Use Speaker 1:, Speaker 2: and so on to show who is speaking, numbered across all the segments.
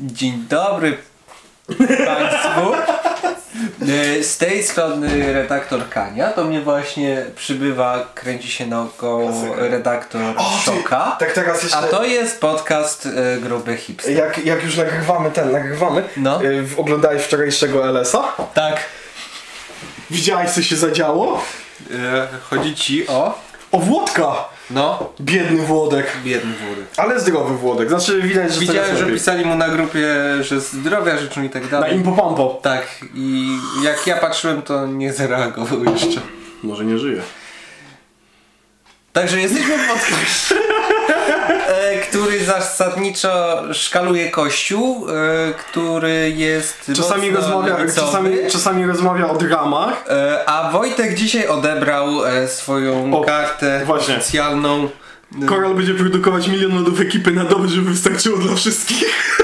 Speaker 1: Dzień dobry Państwu. E, Z tej strony redaktor Kania, to mnie właśnie przybywa, kręci się nogą
Speaker 2: Klasyka.
Speaker 1: redaktor
Speaker 2: O, ty,
Speaker 1: Szoka.
Speaker 2: tak teraz jeszcze-
Speaker 1: A to jest podcast e, Gruby Hipster.
Speaker 2: Jak, jak już nagrywamy ten, nagrywamy,
Speaker 1: No.
Speaker 2: y, w- oglądałeś wczorajszego LS-a?
Speaker 1: Tak.
Speaker 2: Widziałeś co się zadziało?
Speaker 1: E, chodzi ci o...
Speaker 2: O Włodka!
Speaker 1: No,
Speaker 2: Biedny Włodek.
Speaker 1: biedny wóry.
Speaker 2: Ale zdrowy Włodek, znaczy widać, że
Speaker 1: Widziałem,
Speaker 2: teraz
Speaker 1: że
Speaker 2: lepiej.
Speaker 1: pisali mu na grupie, że zdrowia życzą i tak
Speaker 2: Na
Speaker 1: dalej.
Speaker 2: impopampo.
Speaker 1: Tak, i jak ja patrzyłem, to nie zareagował jeszcze.
Speaker 2: Może nie żyje.
Speaker 1: Także jesteśmy w podcaście, e, który zasadniczo szkaluje Kościół, e, który jest
Speaker 2: Czasami
Speaker 1: mocno
Speaker 2: rozmawia,
Speaker 1: lewicowy.
Speaker 2: czasami, czasami rozmawia o dramach.
Speaker 1: E, A Wojtek dzisiaj odebrał e, swoją
Speaker 2: O,
Speaker 1: kartę
Speaker 2: właśnie.
Speaker 1: oficjalną. E,
Speaker 2: Koral będzie produkować milion lodów ekipy na dom, żeby wystarczyło dla wszystkich.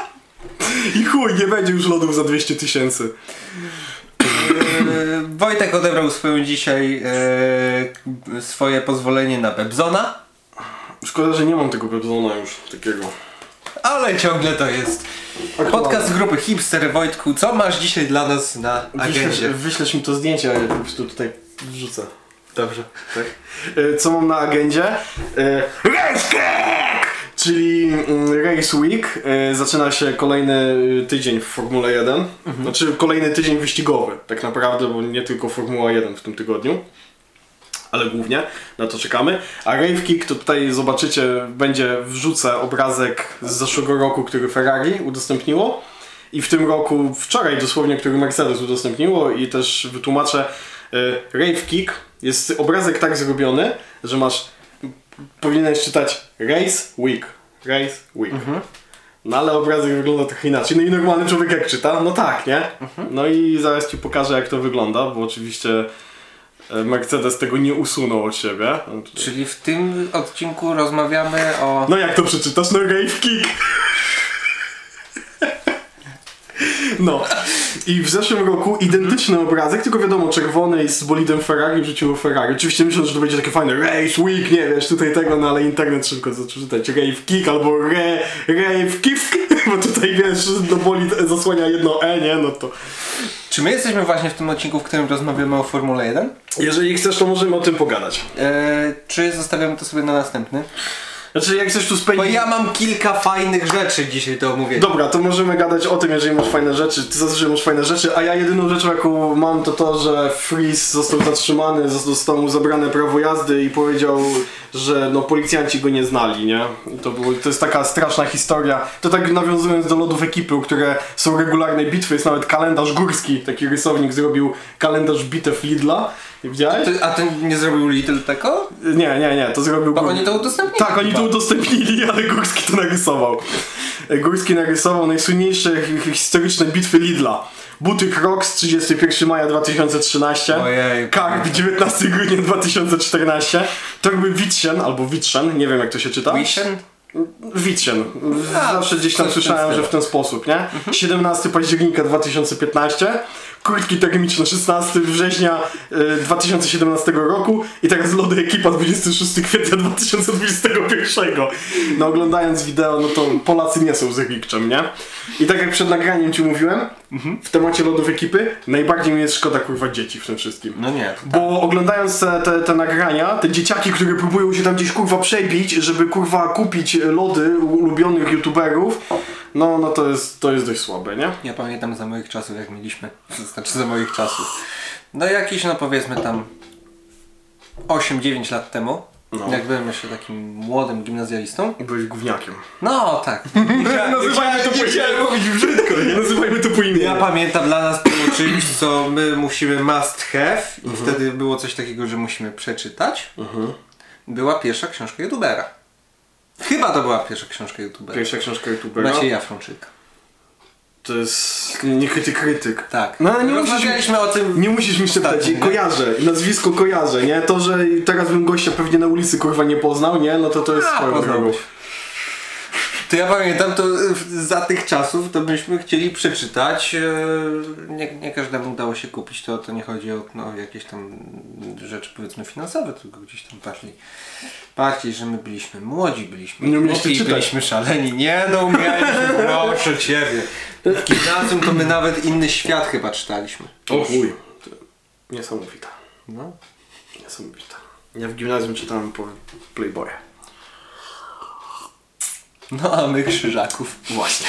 Speaker 2: I chuj, nie będzie już lodów za 200 tysięcy.
Speaker 1: e, Wojtek odebrał swoją dzisiaj e, swoje pozwolenie na Bebzona,
Speaker 2: Szkoda, że nie mam tego Pepsona już takiego.
Speaker 1: ale ciągle to jest.
Speaker 2: Aktualny.
Speaker 1: Podcast grupy Hipster Wojtku, co masz dzisiaj dla nas na
Speaker 2: Wyślesz,
Speaker 1: agendzie?
Speaker 2: wyślesz mi to zdjęcie, a ja po prostu tutaj wrzucę. Dobrze. Tak. E, Co mam na agendzie? E, Race Week! Czyli mm, Race Week. E, Zaczyna się kolejny e, tydzień w Formule 1. Znaczy kolejny tydzień wyścigowy, tak naprawdę, bo nie tylko Formuła 1 w tym tygodniu. Ale głównie na to czekamy. A Rave Kick to tutaj zobaczycie, będzie wrzucę obrazek z zeszłego roku, który Ferrari udostępniło. I w tym roku, wczoraj dosłownie, który Mercedes udostępniło i też wytłumaczę, y, Rave Kick jest obrazek tak zrobiony, że masz, powinieneś czytać Race Week, Race Week. No ale obrazek wygląda trochę inaczej. No i normalny człowiek jak czyta, no tak, nie? No i zaraz Ci pokażę jak to wygląda, bo oczywiście e, Mercedes tego nie usunął od siebie. No, tutaj-
Speaker 1: Czyli w tym odcinku rozmawiamy o...
Speaker 2: no jak to przeczytasz? No Grave Kick. No. I w zeszłym roku identyczny obrazek, tylko wiadomo, czerwony i z bolidem Ferrari wrzuciło Ferrari. Oczywiście myślę, że to będzie takie fajne Race Week, nie wiesz, tutaj tego, no ale internet szybko zaczął czytać Rave Kick albo Re, Rave Kick, bo tutaj wiesz, no bolid zasłania jedno E, nie, no to...
Speaker 1: Czy my jesteśmy właśnie w tym odcinku, w którym rozmawiamy o Formule 1?
Speaker 2: Jeżeli chcesz, to możemy o tym pogadać.
Speaker 1: E, czy zostawiamy to sobie na następny?
Speaker 2: Znaczy, jak chcesz tu
Speaker 1: Bo
Speaker 2: spędzić...
Speaker 1: ja mam kilka fajnych rzeczy dzisiaj do omówienia.
Speaker 2: Dobra, to możemy gadać o tym, jeżeli masz fajne rzeczy. Ty zazwyczaj masz fajne rzeczy, a ja jedyną rzeczą, jaką mam, to to, że Freeze został zatrzymany, zos- został mu zabrane prawo jazdy i powiedział, że no policjanci go nie znali, nie? I to, było, to jest taka straszna historia. To tak nawiązując do lodów ekipy, u które są regularne bitwy, jest nawet kalendarz górski. Taki rysownik zrobił kalendarz bitew Lidla. Widziałeś?
Speaker 1: Ty, a ten nie zrobił Little tego?
Speaker 2: Nie, nie, nie, to zrobił
Speaker 1: Bo
Speaker 2: Gór-
Speaker 1: oni to udostępnili
Speaker 2: Tak, oni
Speaker 1: chyba.
Speaker 2: to udostępnili, ale Górski to narysował. Górski narysował najsłynniejsze hi- hi- historyczne bitwy Lidla. Buty Crocs 31 maja 2013,
Speaker 1: Ojej.
Speaker 2: Karp 19 grudnia 2014, Torby Witschen albo Witschen, nie wiem jak to się czyta.
Speaker 1: Wishen?
Speaker 2: Witchen.
Speaker 1: A,
Speaker 2: Zawsze gdzieś tam
Speaker 1: coś Mhm. w tym
Speaker 2: słyszałem, że
Speaker 1: stylu.
Speaker 2: w ten sposób, nie? 17 października 2015, kurtki termiczne 16 września e, 2017 roku i teraz lody ekipa 26 kwietnia 2021. No oglądając wideo, no to Polacy nie są z Rikczem, nie? I tak jak przed nagraniem ci mówiłem,
Speaker 1: Mhm.
Speaker 2: w temacie lodów ekipy, najbardziej mi jest szkoda kurwa dzieci w tym wszystkim.
Speaker 1: No nie.
Speaker 2: Bo oglądając te, te, te nagrania, te dzieciaki, które próbują się tam gdzieś kurwa przebić, żeby kurwa kupić lody u ulubionych youtuberów, no, no to jest, to jest dość słabe, nie?
Speaker 1: Ja pamiętam za moich czasów, jak mieliśmy. To znaczy za moich czasów. No jakiś, no powiedzmy tam 8-9 lat temu.
Speaker 2: No.
Speaker 1: Jak byłem jeszcze takim młodym gimnazjalistą.
Speaker 2: Byłeś gówniakiem.
Speaker 1: No tak.
Speaker 2: Nazywajmy to po imieniu. mówić brzydko, nie? Nazywajmy to po imieniu.
Speaker 1: Ja pamiętam dla nas było czymś, co my musimy must have i
Speaker 2: Mhm.
Speaker 1: wtedy było coś takiego, że musimy przeczytać. Była pierwsza książka youtubera. Chyba to była pierwsza książka youtubera.
Speaker 2: Pierwsza książka youtubera
Speaker 1: Macieja Frączyka.
Speaker 2: to jest niechwyty krytyk.
Speaker 1: Tak.
Speaker 2: No ale nie musisz,
Speaker 1: Rozmawialiśmy o tym...
Speaker 2: nie musisz mi szeptać,
Speaker 1: Ostatnio, nie?
Speaker 2: kojarzę, nazwisko kojarzę, nie? To, że teraz bym gościa pewnie na ulicy kurwa nie poznał, nie? No to to jest
Speaker 1: A,
Speaker 2: swoją drogą.
Speaker 1: poznałbyś. To ja pamiętam, to y, w- za tych czasów to byśmy chcieli przeczytać. e, Nie, nie każdemu udało się kupić, to, to nie chodzi o no, jakieś tam rzeczy powiedzmy finansowe, tylko gdzieś tam bardziej, bardziej że my byliśmy młodzi, byliśmy
Speaker 2: Nie umieliście
Speaker 1: głupi,
Speaker 2: czytać.
Speaker 1: byliśmy szaleni. Nie no, umieliśmy, proszę Ciebie. W gimnazjum to my nawet inny świat chyba czytaliśmy.
Speaker 2: O chuj. Niesamowita.
Speaker 1: No.
Speaker 2: Niesamowita. Ja w gimnazjum czytałem po Playboye.
Speaker 1: No a my krzyżaków.
Speaker 2: Właśnie.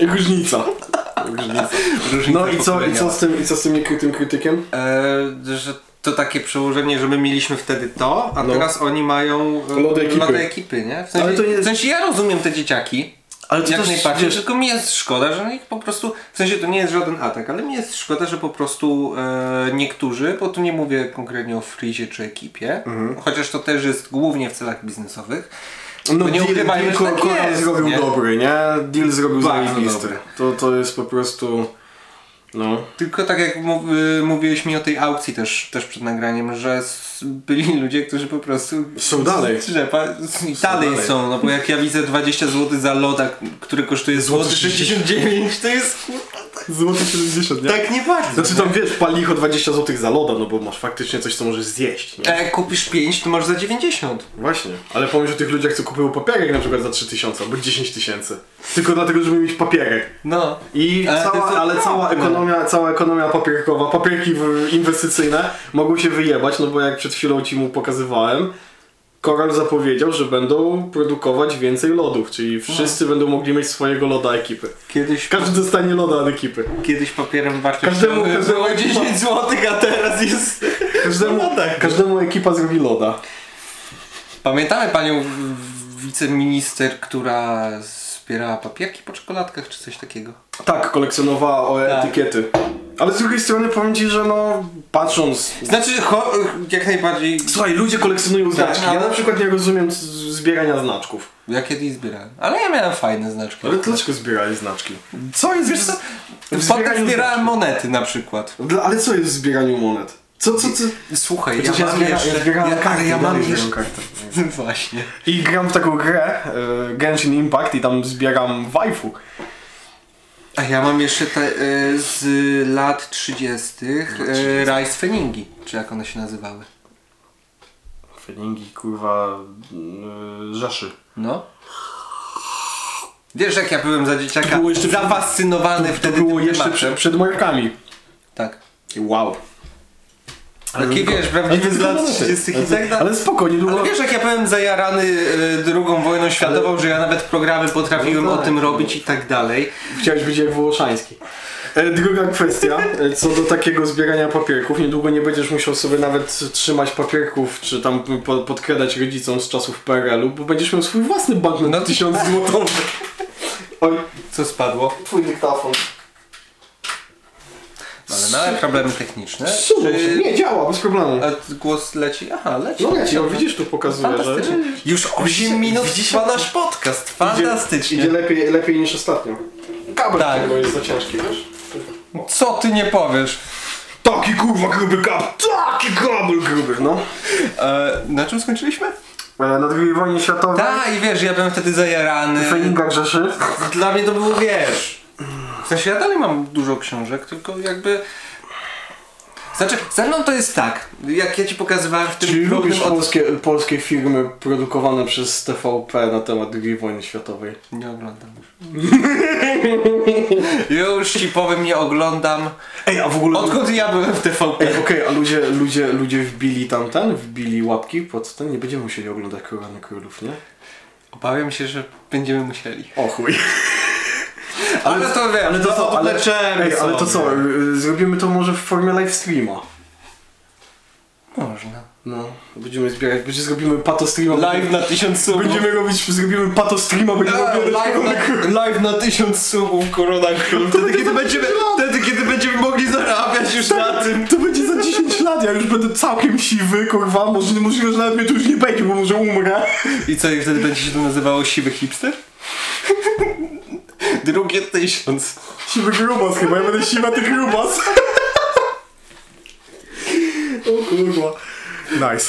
Speaker 2: Różnica. Różnica.
Speaker 1: Różnica
Speaker 2: No i co, i co
Speaker 1: pokoleniowa.
Speaker 2: z tym, i co z tym, niekry- tym krytykiem?
Speaker 1: E, że to takie przełożenie, że my mieliśmy wtedy to, a
Speaker 2: No.
Speaker 1: teraz oni mają e,
Speaker 2: Lody ekipy.
Speaker 1: ekipy, nie? W sensie,
Speaker 2: Ale to nie-
Speaker 1: w sensie ja rozumiem te dzieciaki.
Speaker 2: Ale to
Speaker 1: jak
Speaker 2: też,
Speaker 1: najbardziej,
Speaker 2: wiesz-
Speaker 1: tylko mi jest szkoda, że ich po prostu, w sensie to nie jest żaden atak, ale mi jest szkoda, że po prostu e, niektórzy, bo tu nie mówię konkretnie o Frizie czy ekipie,
Speaker 2: Mhm.
Speaker 1: chociaż to też jest głównie w celach biznesowych, to nie ukrywajmy, że
Speaker 2: No, Ko-
Speaker 1: tak
Speaker 2: Korea
Speaker 1: jest,
Speaker 2: zrobił
Speaker 1: nie?
Speaker 2: dobry, no nie? Deal zrobił
Speaker 1: Bardzo
Speaker 2: zajebisty.
Speaker 1: dobry.
Speaker 2: To, to jest po prostu... No.
Speaker 1: Tylko tak jak mów, y, mówiłeś mi o tej aukcji też, też przed nagraniem, że s- byli ludzie, którzy po prostu...
Speaker 2: Są dalej.
Speaker 1: Trzepa, s- i dalej
Speaker 2: dalej.
Speaker 1: są, no bo jak ja widzę 20 zł za loda, który kosztuje złoty 69, to jest kurwa,
Speaker 2: Złoty 70, nie?
Speaker 1: tak nie bardzo.
Speaker 2: Znaczy tam wiesz, palicho 20 zł za loda, no bo masz faktycznie coś, co możesz zjeść, nie?
Speaker 1: A jak kupisz 5, to masz za 90.
Speaker 2: Właśnie. Ale pomyśl o tych ludziach, co kupują papierek na przykład za 3000 albo 10 tysięcy. Tylko dlatego, żeby mieć papierek.
Speaker 1: No.
Speaker 2: I
Speaker 1: Ale to no.
Speaker 2: cała,
Speaker 1: jest
Speaker 2: ale cała e-
Speaker 1: okropne.
Speaker 2: ekonomia, cała ekonomia papierkowa, papierki w- inwestycyjne mogą się wyjebać, no bo jak przed chwilą ci mu pokazywałem, Koral zapowiedział, że będą produkować więcej lodów, czyli
Speaker 1: No.
Speaker 2: wszyscy będą mogli mieć swojego loda ekipy.
Speaker 1: Kiedyś,
Speaker 2: Każdy dostanie loda od ekipy.
Speaker 1: kiedyś papierem wartościowym
Speaker 2: Każdemu-
Speaker 1: było
Speaker 2: każdemu-
Speaker 1: 10 zł, a teraz jest...
Speaker 2: Każdemu,
Speaker 1: No tak.
Speaker 2: każdemu ekipa zrobi loda.
Speaker 1: Pamiętamy panią w- w- wiceminister, która zbierała papierki po czekoladkach czy coś takiego?
Speaker 2: Tak, kolekcjonowała o
Speaker 1: Tak.
Speaker 2: etykiety. Ale z drugiej strony powiem ci, że no, patrząc
Speaker 1: Znaczy, cho- jak najbardziej.
Speaker 2: Słuchaj, ludzie kolekcjonują znaczki.
Speaker 1: ale-
Speaker 2: Ja na przykład nie rozumiem z- zbierania znaczków.
Speaker 1: Ja kiedyś zbierałem. Ale ja miałem fajne znaczki.
Speaker 2: Ale dlaczego zbierali znaczki?
Speaker 1: Co jest? Wiesz co? Potem
Speaker 2: zbieraniu
Speaker 1: zbierałem
Speaker 2: znaczków.
Speaker 1: monety na przykład.
Speaker 2: Dla, ale co jest w zbieraniu monet? Co, co, co?
Speaker 1: Słuchaj, ja
Speaker 2: Chociaż ja
Speaker 1: mam
Speaker 2: zbiera- ja
Speaker 1: jeszcze...
Speaker 2: zbierałem karty,
Speaker 1: ale ja
Speaker 2: dalej
Speaker 1: mam
Speaker 2: zbieram
Speaker 1: jeszcze...
Speaker 2: karty.
Speaker 1: Właśnie.
Speaker 2: I gram w taką grę, y, Genshin Impact i tam zbieram waifu.
Speaker 1: A ja mam jeszcze te e, z lat 30. E, Rice Feningi, czy jak one się nazywały.
Speaker 2: Feningi, kurwa,
Speaker 1: e,
Speaker 2: y, rzeszy.
Speaker 1: No. Wiesz, jak ja byłem za dzieciaka
Speaker 2: było jeszcze-
Speaker 1: zafascynowany
Speaker 2: To
Speaker 1: wtedy
Speaker 2: było
Speaker 1: tym
Speaker 2: jeszcze
Speaker 1: tematem.
Speaker 2: przed, przed markami.
Speaker 1: Tak.
Speaker 2: Wow.
Speaker 1: Ale Taki, wiesz,
Speaker 2: to
Speaker 1: prawdziwy z
Speaker 2: jest
Speaker 1: lat
Speaker 2: monety.
Speaker 1: 30. i
Speaker 2: Ale to-
Speaker 1: tak dalej.
Speaker 2: Ale spoko, niedługo...
Speaker 1: Ale wiesz, jak ja byłem zajarany y, drugą wojną światową, że ja nawet programy potrafiłem
Speaker 2: No tak,
Speaker 1: o tym
Speaker 2: no.
Speaker 1: robić i tak dalej.
Speaker 2: Chciałeś być jak Włoszański. E, Druga kwestia, e, co do takiego zbierania papierków. Niedługo nie będziesz musiał sobie nawet trzymać papierków, czy tam po- podkradać rodzicom z czasów PRL-u, bo będziesz miał swój własny banknot
Speaker 1: No.
Speaker 2: na 1000 złotowy. Oj,
Speaker 1: Co spadło?
Speaker 2: twój dyktafon.
Speaker 1: Ale małe problemy techniczne.
Speaker 2: Sunął się.
Speaker 1: Czy...
Speaker 2: Nie, działa, bez problemu.
Speaker 1: A t- głos leci? Aha, leci.
Speaker 2: No leci, no widzisz, tu pokazuje, że...
Speaker 1: Fantastycznie. Już 8 minut trwa nasz podcast. Fantastycznie.
Speaker 2: Idzie lepiej, lepiej niż ostatnio. Kabel
Speaker 1: Tak.
Speaker 2: tego jest za ciężki, wiesz?
Speaker 1: Co ty nie powiesz?
Speaker 2: Taki kurwa gruby kabel, taki kabel gruby, no.
Speaker 1: E, na czym skończyliśmy?
Speaker 2: E, Na II wojnie światowej...
Speaker 1: Tak, i wiesz, ja byłem wtedy zajarany.
Speaker 2: Feninga grzeszy.
Speaker 1: Dla mnie to było, wiesz... W sensie ja dalej mam dużo książek, tylko jakby... Znaczy, ze mną to jest tak, jak ja ci pokazywałem w tym
Speaker 2: Czy
Speaker 1: drugim
Speaker 2: lubisz
Speaker 1: od-
Speaker 2: polskie, polskie firmy produkowane przez TVP na temat II wojny światowej?
Speaker 1: Nie oglądam już. już ci powiem, nie oglądam.
Speaker 2: Ej, a w ogóle...
Speaker 1: Odkąd ja byłem w
Speaker 2: Ej,
Speaker 1: TVP?
Speaker 2: okej, a ludzie, ludzie, ludzie wbili tamten, wbili łapki pod ten, nie będziemy musieli oglądać Korony Królów, nie?
Speaker 1: Obawiam się, że będziemy musieli.
Speaker 2: O chuj.
Speaker 1: Ale, to wiem, ale to, to
Speaker 2: ale, ej, ale to co, y, y, zrobimy to może w formie live streama.
Speaker 1: Można.
Speaker 2: No, będziemy zbierać, będzie zrobimy pato streama.
Speaker 1: Live na tysiąc subów.
Speaker 2: Będziemy robić, zrobimy pato streama, będziemy
Speaker 1: Eee,
Speaker 2: oglądać
Speaker 1: Live
Speaker 2: Korony Królów.
Speaker 1: na, live na tysiąc subów Korona Król. Wtedy kiedy, będziemy, wtedy, kiedy będziemy mogli zarabiać już
Speaker 2: Tak.
Speaker 1: na tym.
Speaker 2: To będzie za 10 lat, ja już będę całkiem siwy, kurwa, może, możliwe, że nawet mnie tu już nie będzie, bo może umrę.
Speaker 1: I co, i wtedy będzie się to nazywało siwy hipster? Drugie tysiąc.
Speaker 2: Siwy grubas chyba, ja będę siwa ty grubas. o kurwa. Nice.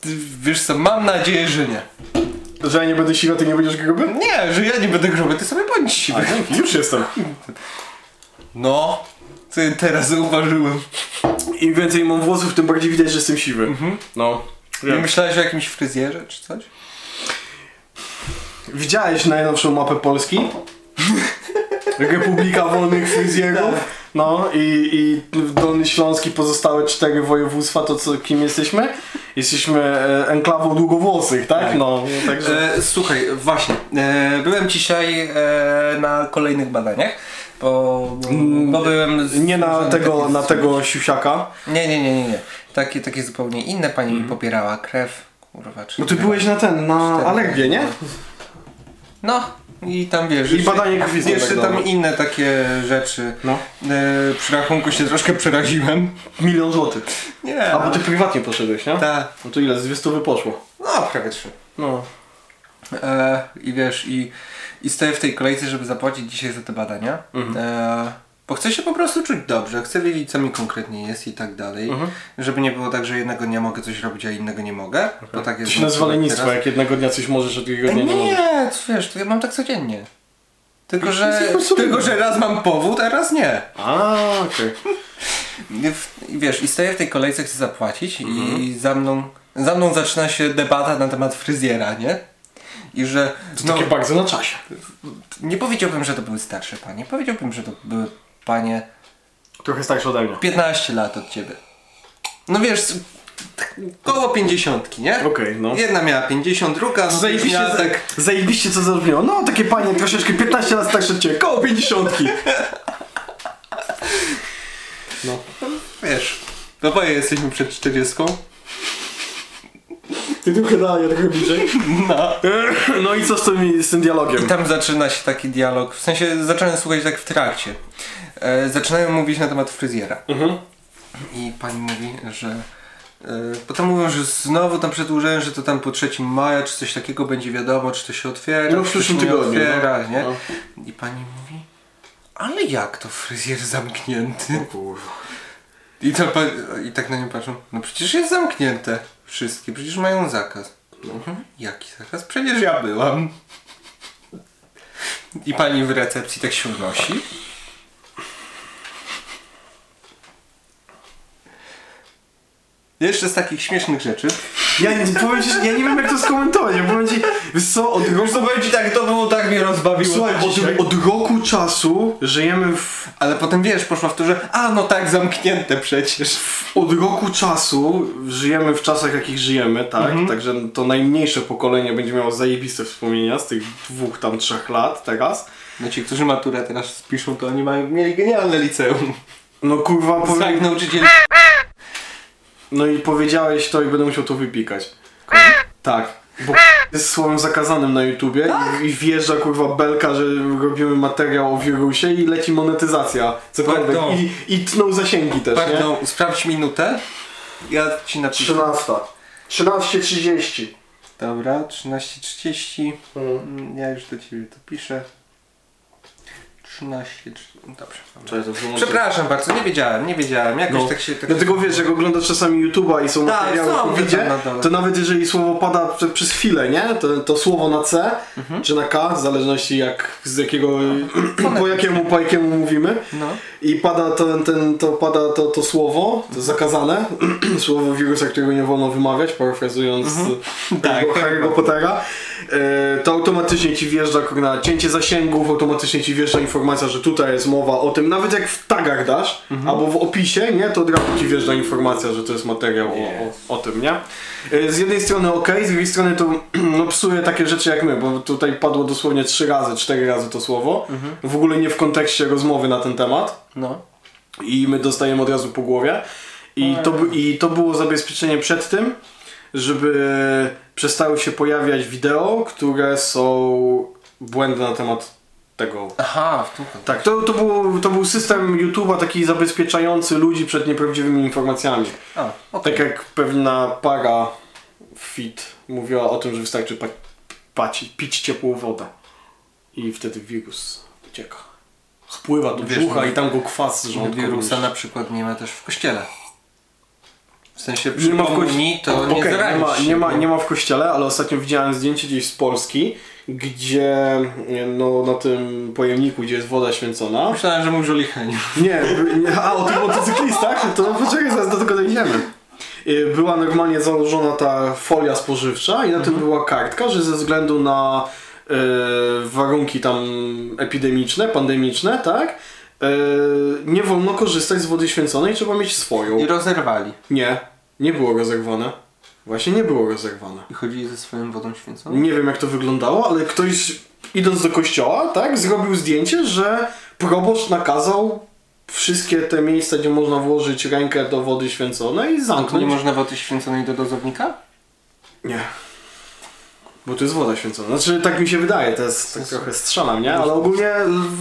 Speaker 1: Ty Wiesz co, mam nadzieję, że nie.
Speaker 2: Że ja nie będę siła, ty nie będziesz gruby?
Speaker 1: Nie, że ja nie będę gruby, ty sobie bądź siwy.
Speaker 2: dzięki, już jestem.
Speaker 1: No, ty teraz zauważyłem.
Speaker 2: Im więcej mam włosów, tym bardziej widać, że jestem siwy.
Speaker 1: Mhm.
Speaker 2: No.
Speaker 1: Nie myślałeś o jakimś fryzjerze czy coś?
Speaker 2: Widziałeś najnowszą mapę Polski? Republika Wolnych Fryzjerów. No i, i Dolny Śląsk i pozostałe cztery województwa, to co, kim jesteśmy? Jesteśmy e, enklawą długowłosych, tak? No, no także...
Speaker 1: E, słuchaj, właśnie. E, byłem dzisiaj e, na kolejnych badaniach, bo, bo byłem. Z,
Speaker 2: Mm, Nie na
Speaker 1: z-
Speaker 2: tego, na tego siusiaka.
Speaker 1: Nie, nie, nie, nie. nie. Takie, takie zupełnie inne. Pani mi popierała krew. Kurwa, czy
Speaker 2: Mhm. No ty byłeś na ten, na alergię, nie?
Speaker 1: No i tam wiesz.
Speaker 2: I
Speaker 1: jeszcze-
Speaker 2: badanie krwi są
Speaker 1: Jeszcze
Speaker 2: tak
Speaker 1: tam
Speaker 2: dalej.
Speaker 1: inne takie rzeczy.
Speaker 2: No.
Speaker 1: E, przy rachunku się troszkę przeraziłem.
Speaker 2: Milion złotych.
Speaker 1: Nie. no,
Speaker 2: A bo ty prywatnie poszedłeś, nie?
Speaker 1: Ta.
Speaker 2: No to ile? Z 200 wyposzło.
Speaker 1: No, prawie trzy.
Speaker 2: No.
Speaker 1: E, I wiesz, i, i stoję w tej kolejce, żeby zapłacić dzisiaj za te badania.
Speaker 2: Mhm.
Speaker 1: E, bo chcę się po prostu czuć dobrze, chcę wiedzieć, co mi konkretnie jest i tak dalej.
Speaker 2: Mhm.
Speaker 1: Żeby nie było tak, że jednego dnia mogę coś robić, a innego nie mogę. Bo tak jest
Speaker 2: Coś na
Speaker 1: teraz.
Speaker 2: zwolennictwo, jak jednego dnia coś możesz, a drugiego
Speaker 1: E,
Speaker 2: dnia
Speaker 1: Nie,
Speaker 2: nie możesz.
Speaker 1: to wiesz, to ja mam tak codziennie. Tylko,
Speaker 2: to
Speaker 1: że,
Speaker 2: jest absurdne.
Speaker 1: tylko, że raz mam powód, a raz nie.
Speaker 2: A, okej.
Speaker 1: I w- I wiesz, i stoję w tej kolejce, chcę zapłacić i
Speaker 2: Mhm.
Speaker 1: za mną, za mną zaczyna się debata na temat fryzjera, nie? I że... no,
Speaker 2: Takie bardzo na czasie.
Speaker 1: Nie powiedziałbym, że to były starsze panie. Powiedziałbym, że to były panie
Speaker 2: Trochę starszy ode mnie.
Speaker 1: 15 lat od ciebie. No wiesz, tak koło 50, nie?
Speaker 2: Okej, no.
Speaker 1: Jedna miała 50, druga no, już
Speaker 2: Zajebiście,
Speaker 1: miała tak.
Speaker 2: za, zajebiście co zabrzmiało. No takie panie troszeczkę 15 lat starsze od ciebie, koło 50. No.
Speaker 1: Wiesz, oboje jesteśmy przed 40.
Speaker 2: Ty trochę dalej, ja trochę bliżej. Tak.
Speaker 1: No.
Speaker 2: No i co z tym, z tym
Speaker 1: I
Speaker 2: dialogiem?
Speaker 1: tam zaczyna się taki dialog. W sensie zacząłem słuchać tak w trakcie. E, zaczynają mówić na temat fryzjera.
Speaker 2: Mhm.
Speaker 1: I pani mówi, że. E, potem mówią, że znowu tam przedłużają, że to tam po 3 maja, czy coś takiego będzie wiadomo, czy to się otwiera.
Speaker 2: No, w
Speaker 1: czy to
Speaker 2: przyszłym
Speaker 1: się nie
Speaker 2: tygodniu,
Speaker 1: Otwiera,
Speaker 2: no.
Speaker 1: nie?
Speaker 2: No.
Speaker 1: I pani mówi, ale jak to fryzjer zamknięty?
Speaker 2: Kurwa.
Speaker 1: I, to, pa- I tak na nią patrzą, no przecież jest zamknięte. Wszystkie, przecież mają zakaz. Mhm. Jaki zakaz? Przecież ja byłam. I pani w recepcji tak się unosi. Jeszcze z takich śmiesznych rzeczy.
Speaker 2: Ja nie, powiem ci, że ja nie wiem jak to skomentować, ja powiem ci, wiesz co, od roku,
Speaker 1: to powiem ci tak, to było tak mnie rozbawiło.
Speaker 2: słuchaj, od, od roku czasu żyjemy w,
Speaker 1: Ale potem wiesz, poszła w to, że a no tak, zamknięte przecież.
Speaker 2: od roku czasu żyjemy w czasach jakich żyjemy, tak,
Speaker 1: Mhm.
Speaker 2: także to najmniejsze pokolenie będzie miało zajebiste wspomnienia z tych dwóch tam trzech lat teraz.
Speaker 1: No ci, którzy maturę teraz spiszą, to oni mają, mieli genialne liceum.
Speaker 2: No kurwa, powiem,
Speaker 1: Tak, nauczyciel.
Speaker 2: No i powiedziałeś to i będę musiał to wypikać. Tak. Bo jest słowem zakazanym na YouTubie
Speaker 1: Tak.
Speaker 2: i, i wjeżdża kurwa belka, że robimy materiał o wirusie i leci monetyzacja. Cokolwiek.
Speaker 1: Pardon.
Speaker 2: I, I tną zasięgi też, nie?
Speaker 1: Pardon, Tak, no, sprawdź minutę. Ja ci napiszę.
Speaker 2: 13. 13.30.
Speaker 1: Dobra, 13.30.
Speaker 2: Mhm.
Speaker 1: Mm, Ja już do ciebie to piszę. 13.30. Dobrze. Przepraszam bardzo, nie wiedziałem, nie wiedziałem. Jakoś
Speaker 2: No.
Speaker 1: tak się. Tak...
Speaker 2: Dlatego wiesz, jak oglądasz czasami YouTube'a i są
Speaker 1: Tak,
Speaker 2: materiały
Speaker 1: są,
Speaker 2: o covidzie,
Speaker 1: widzę na dole.
Speaker 2: to nawet jeżeli słowo pada prze- przez chwilę, nie? To, to słowo na C
Speaker 1: Mhm.
Speaker 2: czy na K, w zależności jak z jakiego, po jakiemu, po jakiemu mówimy.
Speaker 1: No.
Speaker 2: I pada ten, ten, to pada to, to słowo, to zakazane, słowo wirusa, którego nie wolno wymawiać, parafrazując
Speaker 1: Tak,
Speaker 2: tego Harry'ego
Speaker 1: tak.
Speaker 2: Pottera, e, to automatycznie ci wjeżdża na cięcie zasięgów, automatycznie ci wjeżdża informacja, że tutaj jest mowa o tym, nawet jak w tagach dasz, albo w opisie, nie, to od razu ci wjeżdża informacja, że to jest materiał o, o, o tym, nie? E, Z jednej strony ok, z drugiej strony to no, psuje takie rzeczy jak my, bo tutaj padło dosłownie trzy razy, cztery razy to słowo, w ogóle nie w kontekście rozmowy na ten temat
Speaker 1: No.
Speaker 2: i my dostajemy od razu po głowie. I to, by- I to było zabezpieczenie przed tym, żeby przestały się pojawiać wideo, które są błędne na temat tego.
Speaker 1: Aha, w tym kontekście.
Speaker 2: Tak, to, to, był, to był system YouTube'a taki zabezpieczający ludzi przed nieprawdziwymi informacjami.
Speaker 1: A, okej.
Speaker 2: Tak jak pewna para fit mówiła o tym, że wystarczy pa- paci, pić ciepłą wodę i wtedy wirus ucieka. Spływa do
Speaker 1: Wiesz,
Speaker 2: brzucha
Speaker 1: no,
Speaker 2: i tam go kwas z żołądka
Speaker 1: Wirusa
Speaker 2: wyniszczy.
Speaker 1: na przykład nie ma też w kościele. W sensie przy
Speaker 2: ma w kości-
Speaker 1: komunii to nie
Speaker 2: Okej, nie, ma,
Speaker 1: zaradzisz
Speaker 2: nie, ma,
Speaker 1: się,
Speaker 2: nie ma w kościele, ale ostatnio widziałem zdjęcie gdzieś z Polski, gdzie no, na tym pojemniku, gdzie jest woda święcona.
Speaker 1: Myślałem, że mówisz o licheniu.
Speaker 2: Nie, by- nie a o tych motocyklistach? To poczekaj, zaraz do tego dojdziemy. Y, Była normalnie założona ta folia spożywcza i na tym była kartka, że ze względu na y, warunki tam epidemiczne, pandemiczne, tak? y, nie wolno korzystać z wody święconej, trzeba mieć swoją.
Speaker 1: I rozerwali.
Speaker 2: Nie, nie było rozerwane. Właśnie nie było rozerwane.
Speaker 1: I chodzili ze swoją wodą święconą.
Speaker 2: Nie wiem jak to wyglądało, ale ktoś idąc do kościoła, tak, zrobił zdjęcie, że proboszcz nakazał wszystkie te miejsca, gdzie można włożyć rękę do wody święconej
Speaker 1: No To
Speaker 2: zamknąć.
Speaker 1: nie można wody święconej do dozownika?
Speaker 2: Nie. Bo to jest woda święcona. Znaczy tak mi się wydaje, to jest tak trochę strzelam, nie? Ale ogólnie,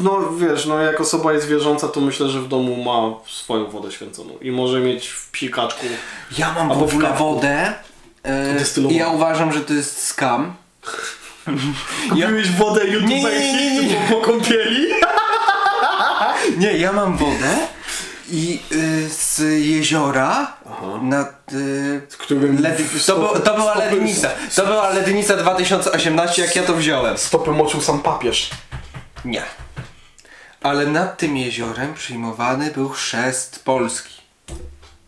Speaker 2: no wiesz, no jak osoba jest wierząca, to myślę, że w domu ma swoją wodę święconą i może mieć w pikaczku.
Speaker 1: Ja mam
Speaker 2: Albo
Speaker 1: w ogóle
Speaker 2: kawku.
Speaker 1: wodę. e,
Speaker 2: Destylowaną.
Speaker 1: I ja uważam, że to jest skam.
Speaker 2: Kupiłeś wodę
Speaker 1: nie, nie, nie, nie, nie.
Speaker 2: po, po kąpieli?
Speaker 1: Nie, ja mam wodę i y, z jeziora nad. Y,
Speaker 2: którym
Speaker 1: led... to,
Speaker 2: stopy-
Speaker 1: bu- to była
Speaker 2: stopy-
Speaker 1: lednica. To była lednica 2018, jak ja to wziąłem.
Speaker 2: Stopy moczył sam papież.
Speaker 1: Nie. Ale nad tym jeziorem przyjmowany był chrzest Polski.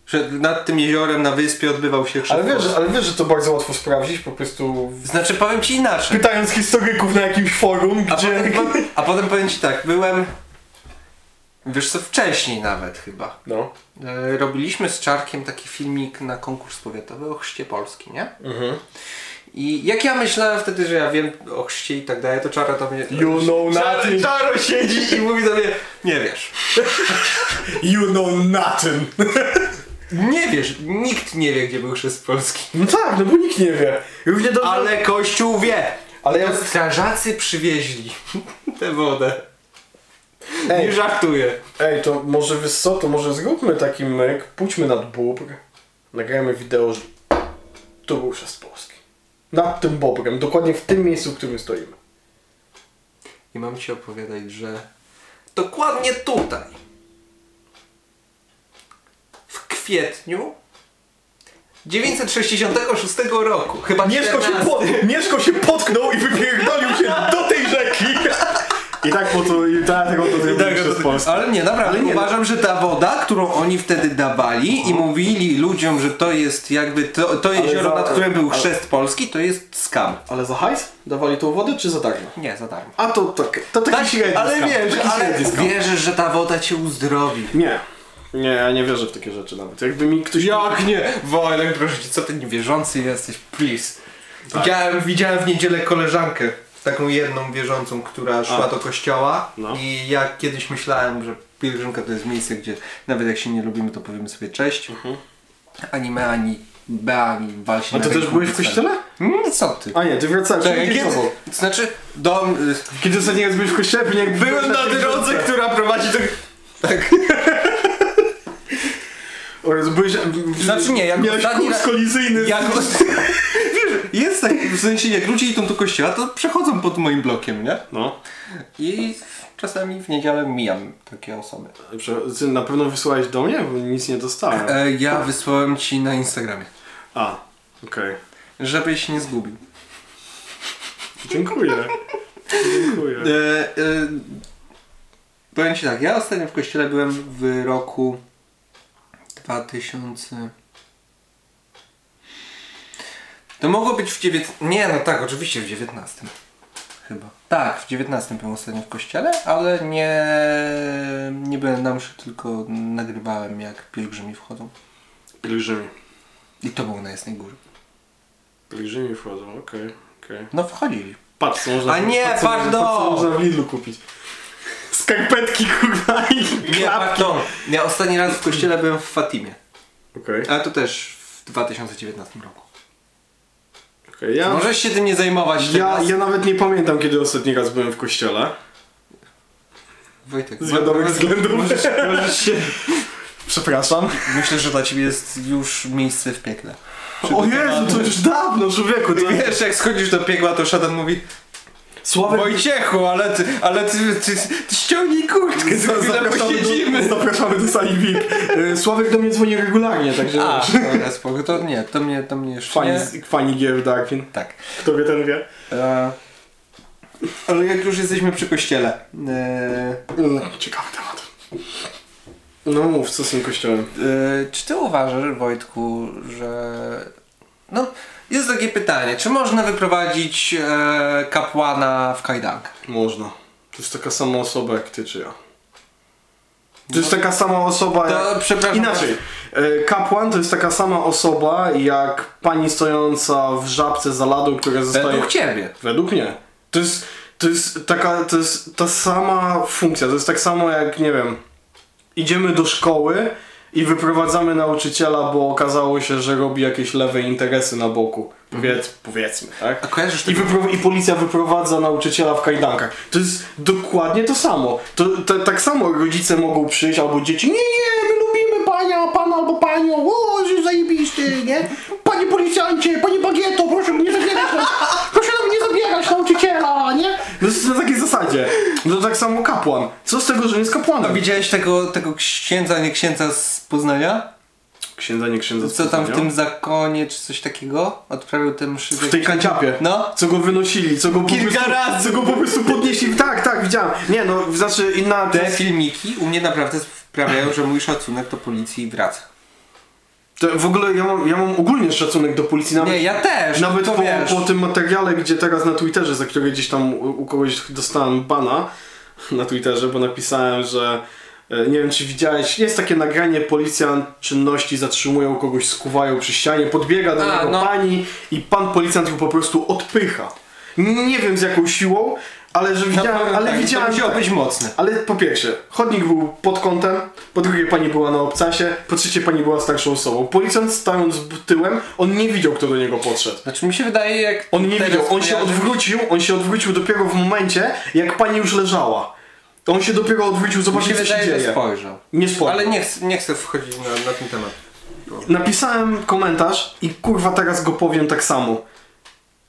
Speaker 1: Że nad tym jeziorem na wyspie odbywał się chrzest.
Speaker 2: Ale wiesz,
Speaker 1: Polski.
Speaker 2: ale wiesz, że to bardzo łatwo sprawdzić, po prostu
Speaker 1: Znaczy powiem ci inaczej.
Speaker 2: pytając historyków na jakimś forum,
Speaker 1: A
Speaker 2: gdzie...
Speaker 1: potem, po- a potem powiem ci tak, byłem. Wiesz co, wcześniej nawet chyba.
Speaker 2: No.
Speaker 1: E, robiliśmy z Czarkiem taki filmik na konkurs powiatowy o chrzcie Polski, nie?
Speaker 2: Mhm.
Speaker 1: I jak ja myślałem wtedy, że ja wiem o chrzcie i tak dalej, to Czara to mnie...
Speaker 2: You know nothing.
Speaker 1: Czaro siedzi i mówi do mnie, nie wiesz.
Speaker 2: You know nothing.
Speaker 1: Nie wiesz, nikt nie wie, gdzie był chrzest Polski.
Speaker 2: No tak, no bo nikt nie wie. Równie dobrze...
Speaker 1: Ale Kościół wie!
Speaker 2: Ale
Speaker 1: Ale
Speaker 2: ja-
Speaker 1: ja... strażacy przywieźli tę wodę. Nie
Speaker 2: Ej,
Speaker 1: żartuję.
Speaker 2: ej, to może wiesz co, to może zróbmy taki myk, pójdźmy nad bóbr, nagramy wideo, że to był chrzest Polski. Nad tym bobrem, dokładnie w tym miejscu, w którym stoimy.
Speaker 1: I mam ci opowiadać, że dokładnie tutaj, w kwietniu 966 roku, chyba
Speaker 2: Mieszko się,
Speaker 1: 14.
Speaker 2: po, Mieszko się potknął i wypierdolił się do tej rzeki. I tak po to, i tak po to
Speaker 1: I tak, ale nie, naprawdę,
Speaker 2: Ale nie. no.
Speaker 1: uważam, że ta woda, którą oni wtedy dawali i mówili ludziom, że to jest jakby to, to jezioro,
Speaker 2: za-
Speaker 1: nad którym był
Speaker 2: ale-
Speaker 1: chrzest Polski, to jest skam.
Speaker 2: Ale za hajs? Dawali tą wodę czy za darmo?
Speaker 1: Nie, za darmo.
Speaker 2: A to tak, to taki średni
Speaker 1: ale
Speaker 2: skam,
Speaker 1: wiesz,
Speaker 2: taki
Speaker 1: ale
Speaker 2: średni skam.
Speaker 1: wierzysz, że ta woda cię uzdrowi.
Speaker 2: Nie. Nie, ja nie wierzę w takie rzeczy nawet. Jakby mi ktoś...
Speaker 1: Jak nie? Wojtek, proszę cię, co ty niewierzący jesteś, please.
Speaker 2: Tak.
Speaker 1: Widziałem, widziałem w niedzielę koleżankę, taką jedną wierzącą, która szła
Speaker 2: A.
Speaker 1: do kościoła
Speaker 2: No.
Speaker 1: i ja kiedyś myślałem, że pielgrzymka to jest miejsce, gdzie nawet jak się nie lubimy, to powiemy sobie cześć. Ani me, ani be, ani wal się
Speaker 2: Mhm.
Speaker 1: na
Speaker 2: A ty też
Speaker 1: rynku
Speaker 2: byłeś w
Speaker 1: pisali.
Speaker 2: kościele?
Speaker 1: Mm, co ty?
Speaker 2: A nie, ty wracałeś.
Speaker 1: Czekaj,
Speaker 2: Czekaj,
Speaker 1: kiedy?
Speaker 2: sobą.
Speaker 1: Znaczy, dom... y,
Speaker 2: Kiedy ostatni raz byłeś w kościele? Pewnie jak
Speaker 1: Byłem na drodze, która prowadzi do... Tak.
Speaker 2: Oraz byłeś...
Speaker 1: Znaczy nie, jak
Speaker 2: Miałeś
Speaker 1: ostatni
Speaker 2: kurs
Speaker 1: raz-
Speaker 2: kolizyjny.
Speaker 1: Jak... Wiesz, jest tak, w sensie jak ludzie idą do kościoła, to przechodzą pod moim blokiem, nie?
Speaker 2: No.
Speaker 1: I czasami w niedzielę mijam takie osoby.
Speaker 2: Prze- Ty na pewno wysłałeś do mnie, bo nic nie dostałem.
Speaker 1: E, ja wysłałem ci na Instagramie,
Speaker 2: A, okej.
Speaker 1: żebyś nie zgubił.
Speaker 2: Dziękuję. Dziękuję.
Speaker 1: E, e, powiem ci tak, ja ostatnio w kościele byłem w roku 2000... To mogło być w 19... Nie, no tak, oczywiście w 19. Chyba. Tak, w 19 byłem ostatnio w kościele, ale nie, nie byłem na mszy, tylko nagrywałem jak pielgrzymi wchodzą.
Speaker 2: Pielgrzymi.
Speaker 1: I to było na Jasnej Górze.
Speaker 2: Pielgrzymi wchodzą, okej, okej.
Speaker 1: No wchodzili.
Speaker 2: Patrz, co można
Speaker 1: A nie,
Speaker 2: patrz, co-
Speaker 1: pardon!
Speaker 2: patrz, co można w Lidlu kupić. Skarpetki, kurwa, i
Speaker 1: Nie,
Speaker 2: klapki.
Speaker 1: pardon. Ja ostatni raz w kościele byłem w Fatimie.
Speaker 2: Okej,
Speaker 1: Ale to też w 2019 roku.
Speaker 2: okej, ja,
Speaker 1: Możesz się tym nie zajmować
Speaker 2: ja,
Speaker 1: teraz.
Speaker 2: ja nawet nie pamiętam, kiedy ostatni raz byłem w kościele.
Speaker 1: Wojtek,
Speaker 2: Z wiadomych
Speaker 1: możesz-
Speaker 2: względów.
Speaker 1: możesz- możesz się...
Speaker 2: Przepraszam.
Speaker 1: Myślę, że dla ciebie jest już miejsce w piekle.
Speaker 2: O Jezu, to już dawno, człowieku, to...
Speaker 1: Wiesz, jak schodzisz do piekła, to szatan mówi
Speaker 2: Sławek...
Speaker 1: Wojciechu, ale ty, ale ty, ty, ty ściągnij kurtkę, za chwilę
Speaker 2: Zapraszamy
Speaker 1: posiedzimy.
Speaker 2: do, zapraszamy do sali VIP. E, Sławek do mnie dzwoni regularnie, także
Speaker 1: A,
Speaker 2: wiesz,
Speaker 1: dobra, spoko, to nie, to mnie, to mnie jeszcze
Speaker 2: fani,
Speaker 1: nie.
Speaker 2: fani gier Darwin.
Speaker 1: Tak.
Speaker 2: Kto wie, ten wie.
Speaker 1: E, ale jak już jesteśmy przy kościele. E,
Speaker 2: Mm, ciekawy temat. No mów, co z tym kościołem?
Speaker 1: E, czy ty uważasz, Wojtku, że. No, jest takie pytanie, czy można wyprowadzić e, kapłana w kajdankę?
Speaker 2: Można. To jest taka sama osoba jak ty czy ja. To jest taka sama osoba
Speaker 1: No To,
Speaker 2: jak...
Speaker 1: przepraszam.
Speaker 2: Inaczej. E, Kapłan to jest taka sama osoba jak pani stojąca w żabce za ladą, która zostaje...
Speaker 1: Według ciebie.
Speaker 2: Według mnie. To jest, to jest taka, to jest ta sama funkcja, to jest tak samo jak, nie wiem, idziemy do szkoły i wyprowadzamy nauczyciela, bo okazało się, że robi jakieś lewe interesy na boku. Powiedz, powiedzmy,
Speaker 1: Mhm. A
Speaker 2: tak?
Speaker 1: kojarzysz
Speaker 2: I,
Speaker 1: tego?
Speaker 2: wypro- I policja wyprowadza nauczyciela w kajdankach. To jest dokładnie to samo. To, to, tak samo rodzice mogą przyjść albo dzieci. Nie, nie, my lubimy pana, pana albo panią. O, że zajebisty, nie? Panie policjancie, panie bagieto, proszę mnie zabierać. na- Proszę nam nie zabierać nauczyciela, nie? No to jest na takiej zasadzie. No to tak samo kapłan. Co z tego, że nie jest kapłanem?
Speaker 1: Widziałeś tego, tego księdza, nie księdza z Poznania?
Speaker 2: Księdza, nie księdza.
Speaker 1: Co tam w tym zakonie, czy coś takiego? Odprawił tę mszy.
Speaker 2: W tej kanciapie.
Speaker 1: No.
Speaker 2: Co go wynosili, co go po
Speaker 1: Kilka
Speaker 2: prostu,
Speaker 1: razy.
Speaker 2: Co go po prostu podnieśli. Tak, tak, widziałem. Nie no, znaczy inna...
Speaker 1: Te filmiki u mnie naprawdę sprawiają, że mój szacunek do policji wraca.
Speaker 2: To w ogóle ja mam, ja mam ogólnie szacunek do policji, nawet,
Speaker 1: Nie, ja też.
Speaker 2: nawet
Speaker 1: to
Speaker 2: po,
Speaker 1: wiesz.
Speaker 2: po tym materiale, gdzie teraz na Twitterze, za który gdzieś tam u u kogoś dostałem bana na Twitterze, bo napisałem, że e, nie wiem czy widziałeś, jest takie nagranie, policjant czynności zatrzymują kogoś, skuwają przy ścianie, podbiega do
Speaker 1: A,
Speaker 2: niego
Speaker 1: no.
Speaker 2: pani i pan policjant go po prostu odpycha. Nie wiem z jaką siłą, ale że
Speaker 1: Na
Speaker 2: widziałem,
Speaker 1: pewno
Speaker 2: ale
Speaker 1: tak, to
Speaker 2: widziałem...
Speaker 1: musiał
Speaker 2: tak.
Speaker 1: być mocny.
Speaker 2: Ale po pierwsze, chodnik był pod kątem, po drugie pani była na obcasie, po trzecie pani była starszą osobą. Policjant stając b- tyłem, on nie widział kto do niego podszedł.
Speaker 1: Znaczy mi się wydaje, jak.
Speaker 2: On nie
Speaker 1: teraz
Speaker 2: widział, on się
Speaker 1: kojarzę-
Speaker 2: odwrócił, on się odwrócił dopiero w momencie, jak pani już leżała. On się dopiero odwrócił,
Speaker 1: Mi się
Speaker 2: zobaczył co się
Speaker 1: wydaje, że
Speaker 2: dzieje.
Speaker 1: spojrzał.
Speaker 2: Nie spojrzał.
Speaker 1: Ale nie, chcę- nie chcę wchodzić na, na ten temat.
Speaker 2: Napisałem komentarz i kurwa teraz go powiem tak samo.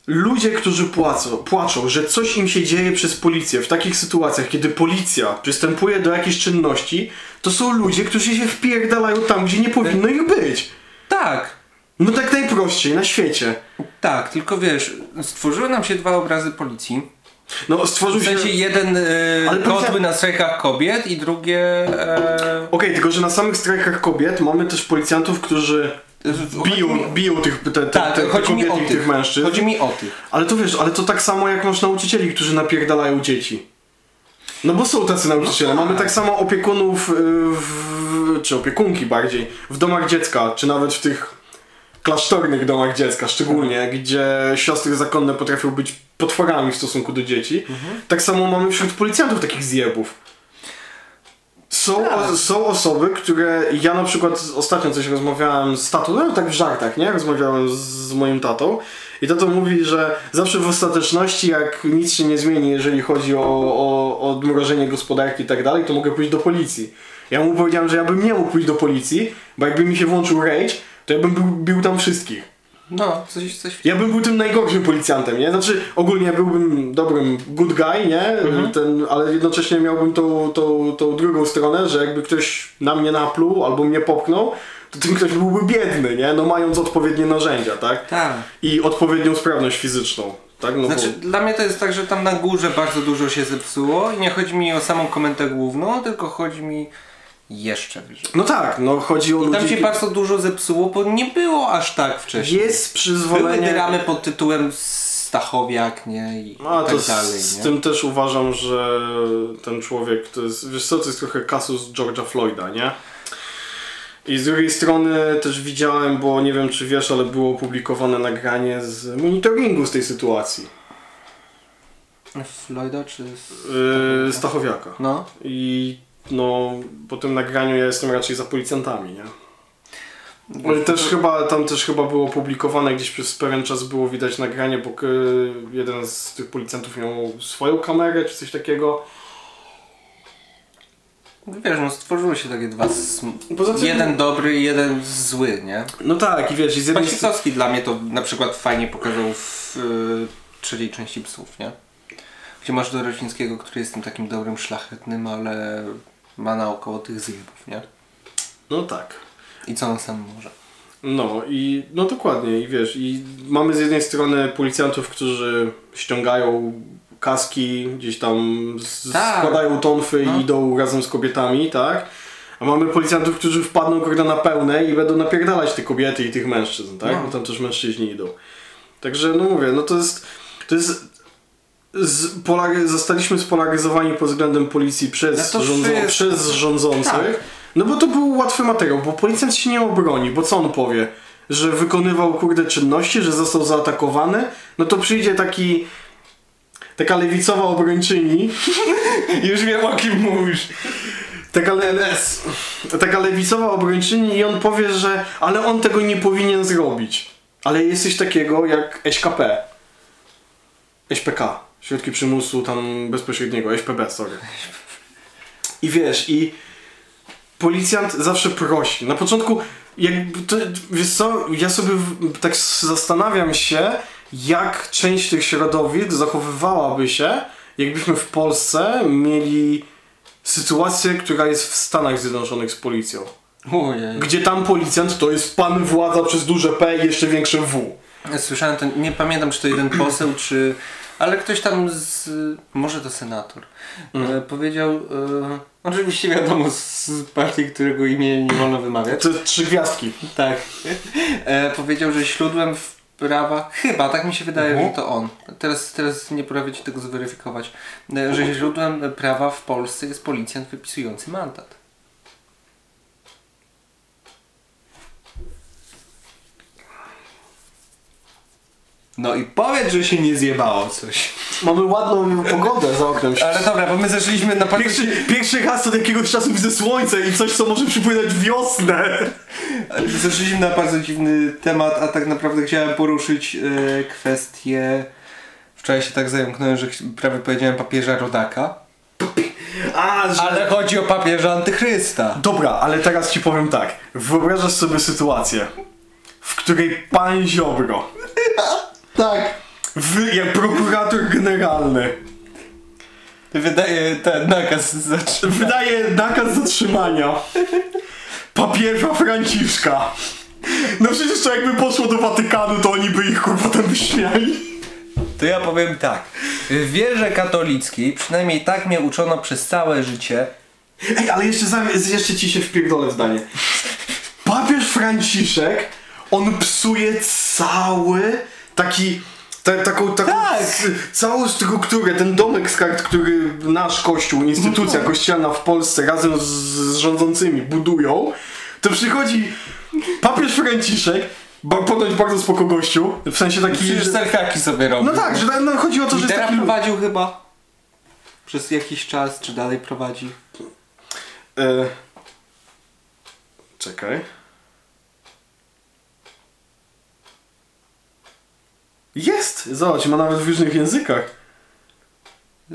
Speaker 2: Ludzie, którzy płacą, płaczą, że coś im się dzieje przez policję w takich sytuacjach, kiedy policja przystępuje do jakiejś czynności, to są ludzie, którzy się wpierdalają tam, gdzie nie powinno ich być.
Speaker 1: Tak,
Speaker 2: No tak najprościej na świecie.
Speaker 1: tak, tylko wiesz, stworzyły nam się dwa obrazy policji.
Speaker 2: No stworzył
Speaker 1: W
Speaker 2: się...
Speaker 1: sensie jeden
Speaker 2: Ale
Speaker 1: e,
Speaker 2: policja-
Speaker 1: kotły na strajkach kobiet i drugie... E,
Speaker 2: Okej, tylko że na samych strajkach kobiet mamy też policjantów, którzy
Speaker 1: Yy, Chodzi
Speaker 2: biją,
Speaker 1: mi-
Speaker 2: biją tych, te, te,
Speaker 1: tak,
Speaker 2: te, te
Speaker 1: chodzi mi
Speaker 2: kobiety
Speaker 1: o
Speaker 2: i
Speaker 1: tych,
Speaker 2: tych mężczyzn.
Speaker 1: Chodzi mi o tych.
Speaker 2: Ale to wiesz, ale to tak samo jak masz nauczycieli, którzy napierdalają dzieci. No bo są tacy nauczyciele. Mamy tak samo opiekunów, y, w, czy opiekunki bardziej, w domach dziecka, czy nawet w tych klasztornych domach dziecka szczególnie, gdzie siostry zakonne potrafią być potworami w stosunku do dzieci. Tak samo mamy wśród policjantów takich zjebów. Są, o, są osoby, które ja na przykład ostatnio coś rozmawiałem z tatą, no tak w żartach, nie? Rozmawiałem z, z moim tatą i tato mówi, że zawsze w ostateczności, jak nic się nie zmieni, jeżeli chodzi o, o, o odmrożenie gospodarki i tak dalej, to mogę pójść do policji. Ja mu powiedziałem, że ja bym nie mógł pójść do policji, bo jakby mi się włączył rage, to ja bym bił, bił tam wszystkich.
Speaker 1: No, coś, coś... w-
Speaker 2: Ja bym był tym najgorszym policjantem, nie? Znaczy ogólnie byłbym dobrym good guy, nie?
Speaker 1: Mhm.
Speaker 2: Ten, ale jednocześnie miałbym tą, tą, tą drugą stronę, że jakby ktoś na mnie napluł albo mnie popchnął, to ten ktoś byłby biedny, nie? No mając odpowiednie narzędzia, tak?
Speaker 1: Tak.
Speaker 2: I odpowiednią sprawność fizyczną, tak? No
Speaker 1: Znaczy,
Speaker 2: bo...
Speaker 1: dla mnie to jest tak, że tam na górze bardzo dużo się zepsuło i nie chodzi mi o samą komentę główną, tylko chodzi mi jeszcze wyżej.
Speaker 2: No tak, no chodzi o ludzi...
Speaker 1: Tam się bardzo dużo zepsuło, bo nie było aż tak wcześniej.
Speaker 2: Jest
Speaker 1: Były
Speaker 2: przyzwolenie...
Speaker 1: dramy pod tytułem Stachowiak, nie? I,
Speaker 2: No, a
Speaker 1: i
Speaker 2: to
Speaker 1: tak
Speaker 2: z,
Speaker 1: dalej,
Speaker 2: z
Speaker 1: nie?
Speaker 2: tym też uważam, że ten człowiek to jest, wiesz co, to jest trochę kasus George'a Floyda, nie? I z drugiej strony też widziałem, bo nie wiem czy wiesz, ale było opublikowane nagranie z monitoringu z tej sytuacji
Speaker 1: Floyda czy... z-
Speaker 2: yy, Stachowiaka.
Speaker 1: No.
Speaker 2: I no, po tym nagraniu ja jestem raczej za policjantami, nie? Ale też chyba, tam też chyba było publikowane gdzieś przez pewien czas było widać nagranie, bo k- jeden z tych policjantów miał swoją kamerę czy coś takiego.
Speaker 1: Wiesz, no stworzyły się takie dwa... Sm-
Speaker 2: Poza tym-
Speaker 1: Jeden dobry i jeden zły, nie?
Speaker 2: No tak, i wiesz, i z jednej strony...
Speaker 1: Pasikowski dla mnie to na przykład fajnie pokazał w y, trzeciej części Psów, nie? Piemarz Dorocińskiego, który jest tym takim dobrym, szlachetnym, ale ma naokoło tych zjebów, nie?
Speaker 2: No tak.
Speaker 1: I co on sam może?
Speaker 2: No i no dokładnie, i wiesz, i mamy z jednej strony policjantów, którzy ściągają kaski, gdzieś tam z-
Speaker 1: Tak.
Speaker 2: składają tonfy
Speaker 1: No.
Speaker 2: i idą razem z kobietami, tak? A mamy policjantów, którzy wpadną kurde na pełne i będą napierdalać te kobiety i tych mężczyzn, tak?
Speaker 1: No.
Speaker 2: Bo tam też mężczyźni idą. Także no mówię, no to jest, to jest z, polary, zostaliśmy spolaryzowani pod względem policji
Speaker 1: No
Speaker 2: przez,
Speaker 1: to
Speaker 2: rządzo-
Speaker 1: wszystko.
Speaker 2: przez rządzących.
Speaker 1: Tak.
Speaker 2: No bo to był łatwy materiał, bo policjant się nie obroni, bo co on powie? Że wykonywał kurde czynności, że został zaatakowany? No to przyjdzie taki... Taka lewicowa obrończyni.
Speaker 1: Już wiem o kim mówisz.
Speaker 2: Taka, le, taka lewicowa obrończyni i on powie, że ale on tego nie powinien zrobić. Ale jesteś takiego jak SKP. SPK. Środki przymusu tam bezpośredniego. SPB, sorry. I wiesz, i policjant zawsze prosi. Na początku, jakby to, wiesz co, ja sobie w- tak s- zastanawiam się, jak część tych środowisk zachowywałaby się, jakbyśmy w Polsce mieli sytuację, która jest w Stanach Zjednoczonych z policją.
Speaker 1: Ojej.
Speaker 2: Gdzie tam policjant to jest pan władza przez duże P i jeszcze większe W.
Speaker 1: Ja Słyszałem to, nie pamiętam czy to jeden poseł, czy. Ale ktoś tam z. Może to senator. E, powiedział. E, oczywiście wiadomo z z partii, którego imienia nie wolno wymawiać.
Speaker 2: To jest trzy gwiazdki.
Speaker 1: Tak. E, powiedział, że śródłem w prawa. Chyba, tak mi się wydaje,
Speaker 2: Mhm.
Speaker 1: że to on. Teraz, teraz nie potrafię ci tego zweryfikować. E, że źródłem prawa w Polsce jest policjant wypisujący mandat. No i powiedz, że się nie zjebało coś.
Speaker 2: Mamy ładną pogodę za oknem.
Speaker 1: Ale dobra, bo my zaczęliśmy na partii...
Speaker 2: Pierwszy, pierwszy raz od jakiegoś czasu widzę słońce i coś, co może przypominać wiosnę.
Speaker 1: Zaczęliśmy na bardzo dziwny temat, a tak naprawdę chciałem poruszyć e, kwestię. Wczoraj się tak zająknąłem, że ch- prawie powiedziałem papieża rodaka.
Speaker 2: A, że...
Speaker 1: Ale chodzi o papieża antychrysta.
Speaker 2: Dobra, ale teraz ci powiem tak. Wyobrażasz sobie sytuację, w której pan Ziobro,
Speaker 1: Tak.
Speaker 2: wy, jak prokurator generalny,
Speaker 1: Wydaje ten nakaz zaczy...
Speaker 2: wydaje nakaz zatrzymania papieża Franciszka. No przecież to jakby poszło do Watykanu, to oni by ich kurwa tam wyśmiali.
Speaker 1: To ja powiem tak. W wierze katolickiej, przynajmniej tak mnie uczono przez całe życie,
Speaker 2: Ej, ale jeszcze, za, jeszcze ci się wpierdolę w zdanie. Papież Franciszek, on psuje cały taki... Ta, taką, taką
Speaker 1: Tak.
Speaker 2: c- całą strukturę, ten domek z kart, który nasz kościół,
Speaker 1: No.
Speaker 2: instytucja kościelna w Polsce razem z, z rządzącymi budują, to przychodzi papież Franciszek, bo ponoć bardzo spoko gościu, w sensie taki...
Speaker 1: przecież serkaki sobie robił.
Speaker 2: No tak, że tak, no, chodzi o to, że
Speaker 1: I
Speaker 2: jest
Speaker 1: teraz
Speaker 2: taki...
Speaker 1: prowadził chyba przez jakiś czas, czy dalej prowadzi.
Speaker 2: E... Czekaj. Jest! Zobacz, ma nawet w różnych językach.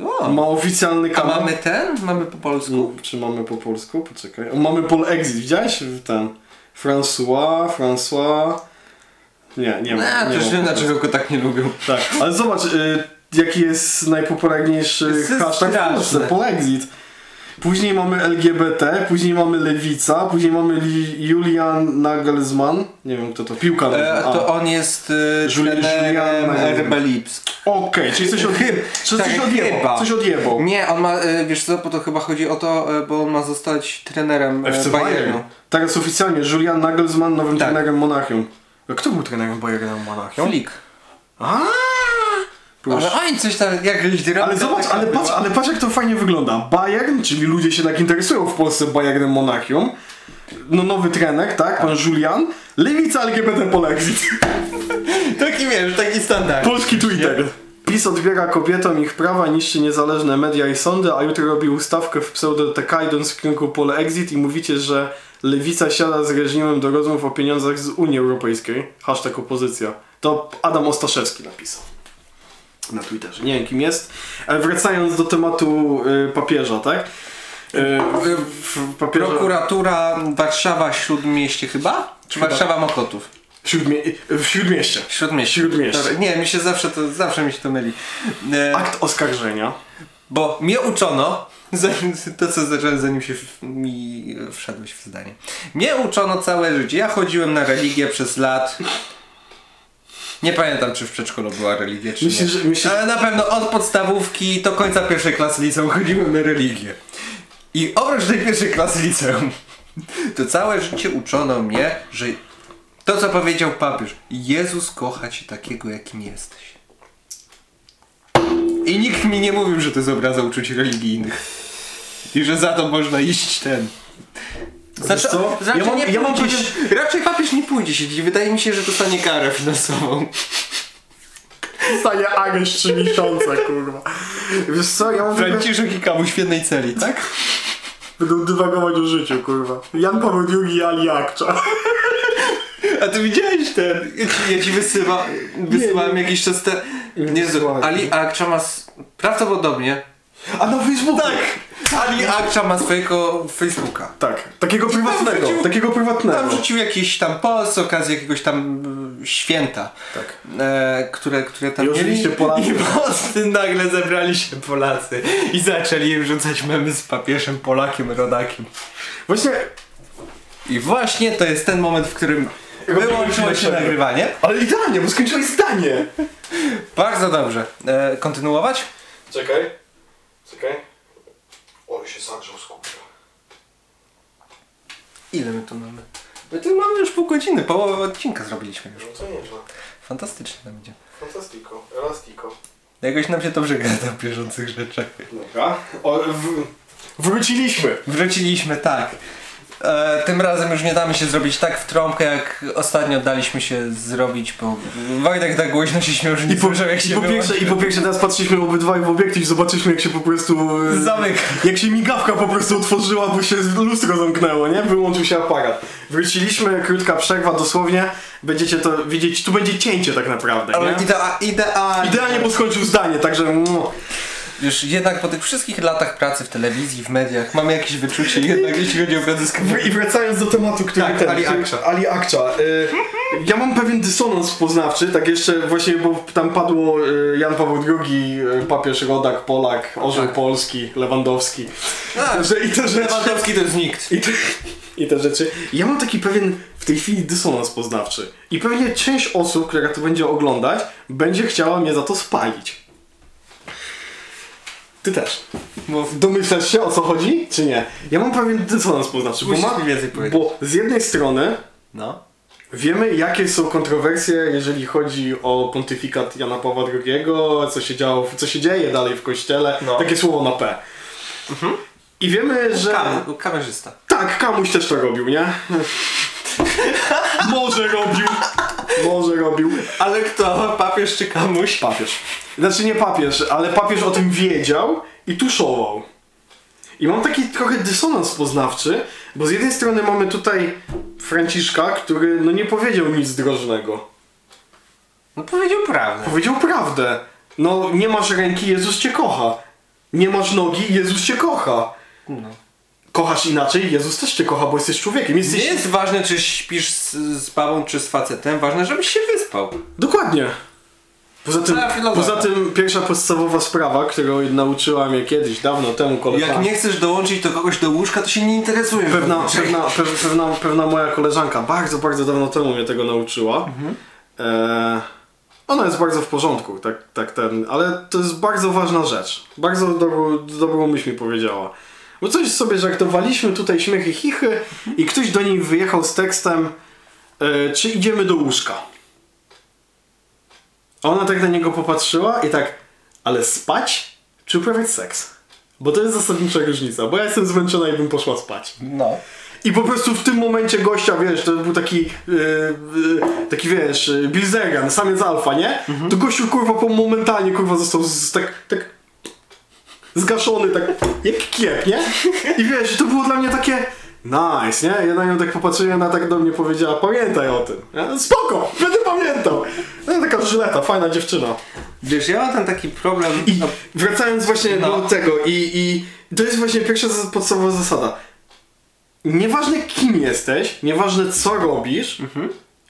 Speaker 1: O.
Speaker 2: Ma oficjalny
Speaker 1: A
Speaker 2: kanał.
Speaker 1: mamy ten? Mamy po polsku?
Speaker 2: Czy mamy po polsku? Poczekaj. O, mamy Pol Exit, widziałeś ten? François, François... Nie, nie ma.
Speaker 1: A,
Speaker 2: nie
Speaker 1: No, też
Speaker 2: ma
Speaker 1: wiem
Speaker 2: po polsku.
Speaker 1: dlaczego go tak nie lubią.
Speaker 2: Tak, ale zobacz, y, jaki jest najpopularniejszy
Speaker 1: Jest
Speaker 2: hashtag w Polsce,
Speaker 1: straszne.
Speaker 2: Polexit. Później mamy LGBT, później mamy Lewica, później mamy Li- Julian Nagelsmann, nie wiem kto to, piłka
Speaker 1: E,
Speaker 2: nożna.
Speaker 1: to on jest e,
Speaker 2: Żuli-
Speaker 1: trenerem
Speaker 2: Juliana-
Speaker 1: RB Lipsk.
Speaker 2: A. Okej, czyli coś, od...
Speaker 1: Chyb-
Speaker 2: czy
Speaker 1: tak,
Speaker 2: coś odjebał,
Speaker 1: chyba.
Speaker 2: coś odjebał.
Speaker 1: Nie, on ma, e, wiesz co, bo to chyba chodzi o to, e, bo on ma zostać trenerem e,
Speaker 2: FC Bayern.
Speaker 1: Bayernu.
Speaker 2: Teraz oficjalnie Julian Nagelsmann nowym
Speaker 1: Tak.
Speaker 2: trenerem Monachium. A Kto był trenerem Bayernu Monachium?
Speaker 1: Flick.
Speaker 2: A! Proszę.
Speaker 1: Ale oni coś tam, jakieś drobne
Speaker 2: Ale zobacz,
Speaker 1: tak
Speaker 2: ale patrz, ale patrz jak to fajnie wygląda. Bayern, czyli ludzie się tak interesują w Polsce Bayernem Monachium. No nowy trener, tak? Pan Julian. Lewica LGBT Polexit.
Speaker 1: Taki wiesz, taki standard.
Speaker 2: Polski Twitter. PiS odbiera kobietom ich prawa, niszczy niezależne media i sądy, a jutro robi ustawkę w pseudo TK idąc w kierunku Polexit i mówicie, że lewica siada z reżimem do rozmów o pieniądzach z Unii Europejskiej. Hashtag opozycja. To Adam Ostaszewski napisał. Na Twitterze. Nie wiem kim jest. Ale wracając do tematu y, papieża, tak? Y, w- w- papieża.
Speaker 1: Prokuratura Warszawa Śródmieście chyba? Czy Warszawa Mokotów?
Speaker 2: W, śródmie... w śródmieście.
Speaker 1: Śródmieście.
Speaker 2: Śródmieście.
Speaker 1: Dobra, Nie, mi się zawsze to, zawsze mi się to myli. E,
Speaker 2: Akt oskarżenia.
Speaker 1: Bo mnie uczono, zanim, to co zacząłem zanim się w, mi wszedłeś w zdanie. Mnie uczono całe życie. Ja chodziłem na religię przez lat. Nie pamiętam, czy w przedszkolu była religia, czy
Speaker 2: Myślę,
Speaker 1: nie.
Speaker 2: że- myślę, że-
Speaker 1: Ale na pewno od podstawówki do końca pierwszej klasy liceum chodziłem na religię. I oprócz tej pierwszej klasy liceum, to całe życie uczono mnie, że to, co powiedział papież, Jezus kocha cię takiego, jakim jesteś. I nikt mi nie mówił, że to jest obraza uczuć religijnych. I że za to można iść ten. Znaczy,
Speaker 2: co?
Speaker 1: raczej,
Speaker 2: Ja mam-
Speaker 1: nie
Speaker 2: ja mam
Speaker 1: pójdzie
Speaker 2: coś-
Speaker 1: się- raczej papież nie pójdzie siedzieć. Wydaje mi się, że dostanie karę finansową.
Speaker 2: Zostaje agent 3 miesiące, kurwa. Wiesz co, ja mam...
Speaker 1: Franciszek i kamuś w jednej celi, tak?
Speaker 2: Będą dywagować o życiu, kurwa. Jan Paweł II i Ali Akcza.
Speaker 1: A ty widziałeś ten? Ja ci, ja ci wysyła, wysyłałem jakiś czas te... Nie,
Speaker 2: wysyłałem.
Speaker 1: Ali Akcza ma... s- Prawdopodobnie.
Speaker 2: A na Facebooku! Tak!
Speaker 1: Ali Akcza ma swojego Facebooka.
Speaker 2: Tak, takiego prywatnego,
Speaker 1: wrzucił-
Speaker 2: takiego prywatnego.
Speaker 1: Tam rzucił jakiś tam post z okazji jakiegoś tam mm, święta,
Speaker 2: Tak.
Speaker 1: e, które, które tam
Speaker 2: I oczywiście
Speaker 1: mieli.
Speaker 2: Polacy.
Speaker 1: I posty nagle zebrali się Polacy i zaczęli im rzucać memy z papieżem, Polakiem, rodakiem.
Speaker 2: Właśnie,
Speaker 1: I właśnie to jest ten moment, w którym wyłączyło się
Speaker 2: dlaczego.
Speaker 1: nagrywanie.
Speaker 2: ale idealnie, bo skończyłeś zdanie!
Speaker 1: Bardzo dobrze. E, kontynuować?
Speaker 2: Czekaj, czekaj. Oj, się zagrzał, skurwa.
Speaker 1: Ile my tu mamy? My tu mamy już pół godziny, połowę odcinka zrobiliśmy już.
Speaker 2: Co nieźle.
Speaker 1: Fantastycznie nam idzie.
Speaker 2: Fantastico, elastiko.
Speaker 1: Jakoś nam się dobrze gada w bieżących rzeczach.
Speaker 2: Dobra. O, w... Wróciliśmy.
Speaker 1: Wróciliśmy, tak. E, tym razem już nie damy się zrobić tak w trąbkę, jak ostatnio daliśmy się zrobić, bo Wojtek tak głośno się śmiał, że nie słyszał jak
Speaker 2: I
Speaker 1: się
Speaker 2: po, pierwsze, I po pierwsze teraz patrzyliśmy obydwaj w obiektyw i zobaczyliśmy jak się po prostu... e,
Speaker 1: Zamyka.
Speaker 2: Jak się migawka po prostu otworzyła, bo się lustro zamknęło, nie? Wyłączył się aparat. Wróciliśmy, krótka przerwa dosłownie. Będziecie to widzieć, tu będzie cięcie tak naprawdę,
Speaker 1: Ale
Speaker 2: nie?
Speaker 1: idea, idealnie.
Speaker 2: Idealnie podskończył zdanie, także... mua.
Speaker 1: Wiesz, jednak po tych wszystkich latach pracy w telewizji, w mediach, mamy jakieś wyczucie jednak, jeśli chodzi o pracę z kamerą.
Speaker 2: I wracając do tematu, który
Speaker 1: Tak,
Speaker 2: ten,
Speaker 1: Ali
Speaker 2: który-
Speaker 1: Akcza.
Speaker 2: Ali Akcza. Y, ja mam pewien dysonans poznawczy, tak jeszcze właśnie, bo tam padło y, Jan Paweł II, y, papież Rodak, Polak, Orzeł
Speaker 1: Tak.
Speaker 2: Polski, Lewandowski.
Speaker 1: Tak.
Speaker 2: Że i te rzeczy.
Speaker 1: Lewandowski to jest nikt.
Speaker 2: I te, I te rzeczy. Ja mam taki pewien w tej chwili dysonans poznawczy. I pewnie część osób, która to będzie oglądać, będzie chciała mnie za to spalić. Ty też.
Speaker 1: Mów.
Speaker 2: Domyślasz się o co chodzi, czy nie? Ja mam pewien dysonans poznawczy, bo,
Speaker 1: Musisz
Speaker 2: ma,
Speaker 1: mi więcej powiedzieć.
Speaker 2: bo z jednej strony
Speaker 1: No.
Speaker 2: wiemy jakie są kontrowersje, jeżeli chodzi o pontyfikat Jana Pawła II, co się działo, co się dzieje dalej w kościele,
Speaker 1: No. Mhm.
Speaker 2: takie słowo na P. I wiemy, że...
Speaker 1: Kam, kamerzysta.
Speaker 2: Tak, Kamuś też to robił, nie? Może robił. Może robił.
Speaker 1: Ale kto? Papież czy kamuś?
Speaker 2: Papież. Znaczy nie papież, ale papież o tym wiedział i tuszował. I mam taki trochę dysonans poznawczy, bo z jednej strony mamy tutaj Franciszka, który no nie powiedział nic drożnego.
Speaker 1: No powiedział prawdę.
Speaker 2: Powiedział prawdę. No nie masz ręki, Jezus cię kocha. Nie masz nogi, Jezus cię kocha.
Speaker 1: No.
Speaker 2: Kochasz inaczej, Jezus też cię kocha, bo jesteś człowiekiem. Jesteś...
Speaker 1: Nie jest ważne, czy śpisz z, z babą, czy z facetem, ważne, żebyś się wyspał.
Speaker 2: Dokładnie. Poza tym,
Speaker 1: Cała filozofia.
Speaker 2: poza tym pierwsza podstawowa sprawa, którą nauczyła mnie kiedyś, dawno temu koleżanka.
Speaker 1: Jak nie chcesz dołączyć do kogoś do łóżka, to się nie interesujesz.
Speaker 2: Pewna,
Speaker 1: Zazwyczaj.
Speaker 2: pewna, pe- pewna, pewna moja koleżanka bardzo, bardzo dawno temu mnie tego nauczyła. E, ona jest bardzo w porządku, tak, tak ten, ale to jest bardzo ważna rzecz. Bardzo dobrą, dobrą myśl mi powiedziała. Bo coś sobie żartowaliśmy, tutaj śmiechy, chichy i ktoś do niej wyjechał z tekstem e, czy idziemy do łóżka. A ona tak na niego popatrzyła i tak, ale spać czy uprawiać seks? Bo to jest zasadnicza różnica, bo ja jestem zmęczona i bym poszła spać.
Speaker 1: No.
Speaker 2: I po prostu w tym momencie gościa, wiesz, to był taki, yy, yy, taki wiesz, yy, Bill Zergan, samiec alfa, nie? To gościu kurwa po momentalnie kurwa został z, z, tak, tak zgaszony, tak jak kiep, nie? I wiesz, to było dla mnie takie nice, nie? Ja na nią tak popatrzyłem, ona tak do mnie powiedziała, pamiętaj o tym. Ja, Spoko, będę pamiętał. No taka żyleta, fajna dziewczyna.
Speaker 1: Wiesz, ja mam ten taki problem.
Speaker 2: I No. wracając właśnie
Speaker 1: No.
Speaker 2: do tego i, i to jest właśnie pierwsza zas- podstawowa zasada. Nieważne kim jesteś, nieważne co robisz,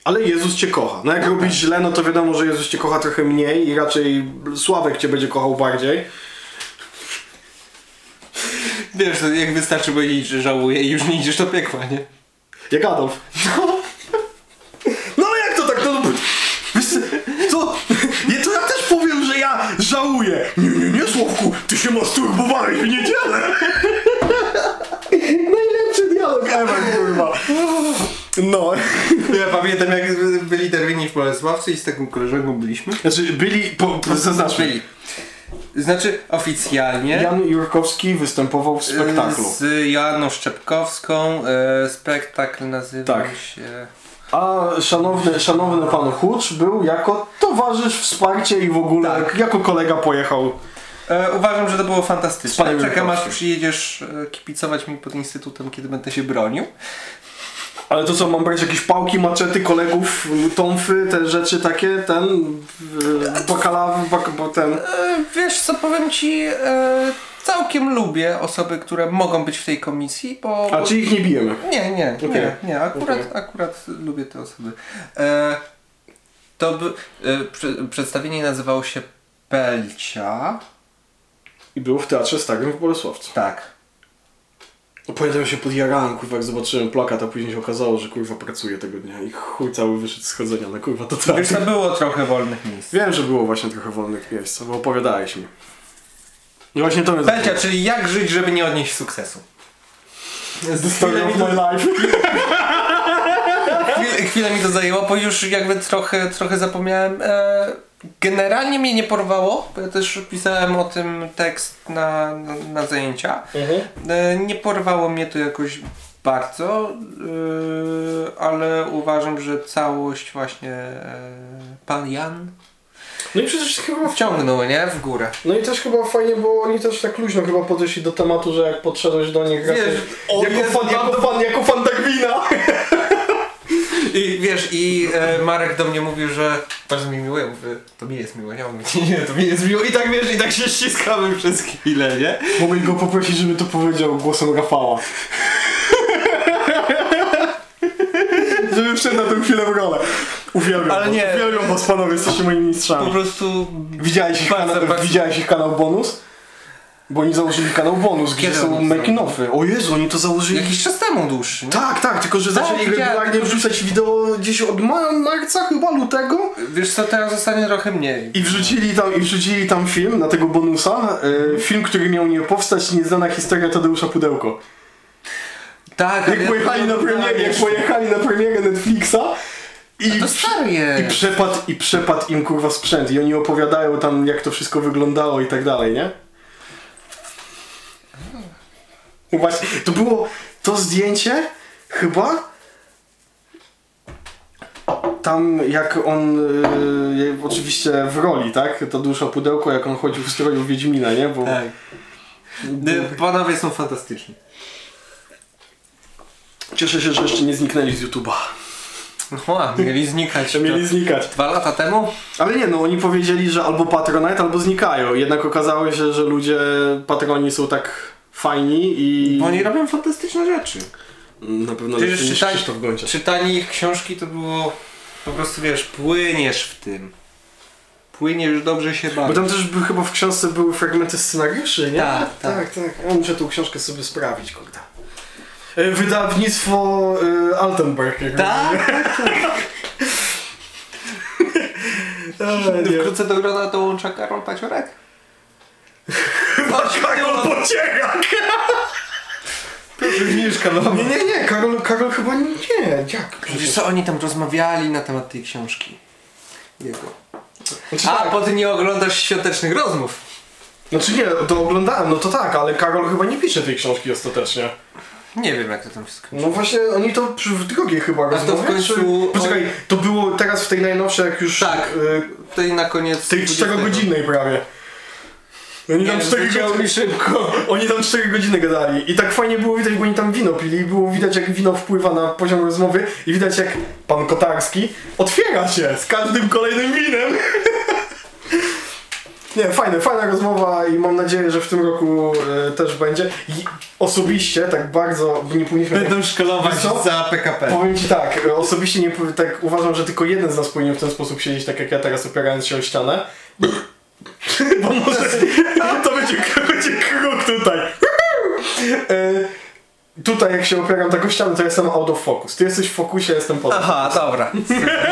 Speaker 2: Ale Jezus cię kocha. No jak robisz źle, no to wiadomo, że Jezus cię kocha trochę mniej i raczej Sławek cię będzie kochał bardziej.
Speaker 1: Wiesz, to jak wystarczy powiedzieć, że żałuję i już nie idziesz do piekła, nie?
Speaker 2: Jak Adolf. No, no ale jak to tak? No, wiesz co? Nie, to ja też powiem, że ja żałuję. Nie, nie, nie, Sławku, ty się masturbowałeś w niedzielę. Najlepszy dialog ever, kurwa. No.
Speaker 1: Ja pamiętam jak byli termini w Bolesławcu i z taką koleżanką byliśmy.
Speaker 2: Znaczy, byli, po, po, zaznaczmy.
Speaker 1: Byli. Znaczy oficjalnie
Speaker 2: Jan Jurkowski występował w spektaklu.
Speaker 1: y, z Joanną Szczepkowską y, spektakl nazywał
Speaker 2: Tak.
Speaker 1: się...
Speaker 2: A szanowny, szanowny pan Hucz był jako towarzysz wsparcie i w ogóle
Speaker 1: Tak.
Speaker 2: jako kolega pojechał.
Speaker 1: E, uważam, że to było
Speaker 2: Z
Speaker 1: fantastyczne.
Speaker 2: panem
Speaker 1: Czekam aż
Speaker 2: Wilkowskim.
Speaker 1: przyjedziesz e, kipicować mi pod instytutem, kiedy będę się bronił.
Speaker 2: Ale to co, mam brać jakieś pałki, maczety kolegów, y, tomfy, te rzeczy takie, ten, yy, bakala, bak, bo ten...
Speaker 1: E, wiesz co, powiem ci, e, całkiem lubię osoby, które mogą być w tej komisji, bo...
Speaker 2: A czy ich nie bijemy?
Speaker 1: Nie, nie,
Speaker 2: Okej.
Speaker 1: nie, nie. Akurat,
Speaker 2: Okej.
Speaker 1: akurat lubię te osoby. E, to by, e, prze, przedstawienie nazywało się Pelcia.
Speaker 2: I był w Teatrze Starym w Bolesławcu.
Speaker 1: Tak.
Speaker 2: No pamiętam, ja się podjarałem, kurwa, jak zobaczyłem plakat, a później się okazało, że kurwa pracuje tego dnia i chuj cały wyszedł z chodzenia, no kurwa, to tak.
Speaker 1: Wiesz, to było trochę wolnych miejsc.
Speaker 2: Wiem, że było właśnie trochę wolnych miejsc, bo opowiadałeś mi. I właśnie to mnie
Speaker 1: Pelcia, czyli jak żyć, żeby nie odnieść sukcesu.
Speaker 2: Jest the story
Speaker 1: Chwilę
Speaker 2: of
Speaker 1: mi
Speaker 2: my life.
Speaker 1: Chwilę, chwilę mi to zajęło, bo już jakby trochę, trochę zapomniałem. E, generalnie mnie nie porwało, bo ja też pisałem o tym tekst na, na, na zajęcia. E, nie porwało mnie to jakoś bardzo, e, ale uważam, że całość właśnie e, pan Jan
Speaker 2: No i przecież chyba
Speaker 1: wciągnął, nie? W górę.
Speaker 2: No i też chyba fajnie, bo oni też tak luźno chyba podeszli do tematu, że jak podszedłeś do nich
Speaker 1: Wiesz,
Speaker 2: raczej-
Speaker 1: on
Speaker 2: jako,
Speaker 1: jest
Speaker 2: fan, jako fan, jako fan Darwina.
Speaker 1: I wiesz, i e, Marek do mnie mówił, że bardzo mi miło, ja mówię, to mi jest miło, nie on mówi, nie, nie, to mi jest miło i tak wiesz, i tak się ściskamy przez chwilę, nie?
Speaker 2: Mogę go poprosić, żeby to powiedział głosem Rafała. żeby wszedł na tę chwilę w rolę. Uwielbiam
Speaker 1: Ale
Speaker 2: was,
Speaker 1: nie.
Speaker 2: uwielbiam was panowie, jesteście moimi
Speaker 1: Po
Speaker 2: mistrzami.
Speaker 1: prostu
Speaker 2: Widziałeś ich,
Speaker 1: Bardzo,
Speaker 2: kanał,
Speaker 1: bardzo.
Speaker 2: widziałeś ich kanał Bonus? Bo oni założyli kanał Bonus, gdzie
Speaker 1: Kiedy
Speaker 2: są
Speaker 1: oni to
Speaker 2: making-offy. O Jezu, oni to założyli
Speaker 1: jakiś czas temu dłuższy, nie?
Speaker 2: Tak, tak, tylko że
Speaker 1: Tak,
Speaker 2: zaczęli
Speaker 1: widziałem,
Speaker 2: regularnie
Speaker 1: tylko że-
Speaker 2: wrzucać wideo gdzieś od ma- marca chyba, lutego.
Speaker 1: Wiesz co, teraz zostanie trochę mniej.
Speaker 2: I wrzucili tam, i wrzucili tam film na tego bonusa. e, film, który miał nie powstać, nieznana historia Tadeusza Pudełko.
Speaker 1: Tak, ale tak,
Speaker 2: Jak pojechali na premierę, jak pojechali na premierę Netflixa i,
Speaker 1: To
Speaker 2: prze-
Speaker 1: stary jest.
Speaker 2: i przepadł i przepadł im kurwa sprzęt i oni opowiadają tam jak to wszystko wyglądało i tak dalej, nie? No Właśnie, to było to zdjęcie chyba tam jak on y, jak- oczywiście w roli, tak? To dusza pudełko jak on chodził w stroju Wiedźmina, nie? Bo
Speaker 1: Tak.
Speaker 2: No.
Speaker 1: Y, Panowie są fantastyczni.
Speaker 2: cieszę się, że jeszcze nie zniknęli z YouTube'a.
Speaker 1: No, a mieli znikać.
Speaker 2: Że mieli
Speaker 1: to
Speaker 2: znikać.
Speaker 1: Dwa lata temu?
Speaker 2: Ale nie, no oni powiedzieli, że albo Patronite, albo znikają. Jednak okazało się, że ludzie, patroni są tak fajni i...
Speaker 1: Bo oni robią fantastyczne rzeczy.
Speaker 2: Na pewno
Speaker 1: Przecież
Speaker 2: lepiej niż
Speaker 1: czytaj-
Speaker 2: Krzysztof Goncia.
Speaker 1: Czytanie ich książki to było... Po prostu wiesz, płyniesz w tym. Płyniesz, dobrze się
Speaker 2: Bo
Speaker 1: bawisz.
Speaker 2: tam też by, chyba w książce były fragmenty scenariuszy, nie?
Speaker 1: Tak, tak.
Speaker 2: tak. Ja muszę tą książkę sobie sprawić, kurde. E, Wydawnictwo y, Altenberg. jak
Speaker 1: Tak?
Speaker 2: rozumiem. E, nie.
Speaker 1: Wkrótce do grona dołącza Karol Paciorek.
Speaker 2: Karol Pocierak!
Speaker 1: Mieszka, no.
Speaker 2: Nie, nie, nie, Karol, Karol chyba nie, nie, jak?
Speaker 1: Wiesz co, oni tam rozmawiali na temat tej książki. Jego.
Speaker 2: Znaczy,
Speaker 1: A,
Speaker 2: tak.
Speaker 1: bo ty nie oglądasz świątecznych rozmów.
Speaker 2: znaczy nie, to oglądałem, no to tak, ale Karol chyba nie pisze tej książki ostatecznie.
Speaker 1: Nie wiem jak to tam wszystko.
Speaker 2: No właśnie, oni to przy- w drugiej chyba
Speaker 1: to
Speaker 2: rozmowie,
Speaker 1: w końcu-
Speaker 2: Czy... Poczekaj, to było teraz w tej najnowszej, jak już...
Speaker 1: Tak.
Speaker 2: Y,
Speaker 1: Tutaj na koniec.
Speaker 2: tej
Speaker 1: 20.
Speaker 2: czterogodzinnej prawie. Oni tam,
Speaker 1: Nie,
Speaker 2: cztery
Speaker 1: zleciało
Speaker 2: godziny,
Speaker 1: mi szybko.
Speaker 2: oni tam cztery godziny gadali i tak fajnie było widać, bo oni tam wino pili i było widać jak wino wpływa na poziom rozmowy i widać jak pan Kotarski otwiera się z każdym kolejnym winem. Nie, fajne, fajna rozmowa i mam nadzieję, że w tym roku e, też będzie. I osobiście tak bardzo bo nie powinniśmy.
Speaker 1: Będą szkolować
Speaker 2: Wiesz co?
Speaker 1: za PKP.
Speaker 2: Powiem ci tak, e, osobiście nie powi- tak uważam, że tylko jeden z nas powinien w ten sposób siedzieć, tak jak ja teraz opierając się o ścianę. Bo może to będzie, będzie kruk tutaj. E, Tutaj jak się opieram tak o ścianę, to jestem out of focus. Ty jesteś w fokusie, ja jestem poza.
Speaker 1: Aha, dobra.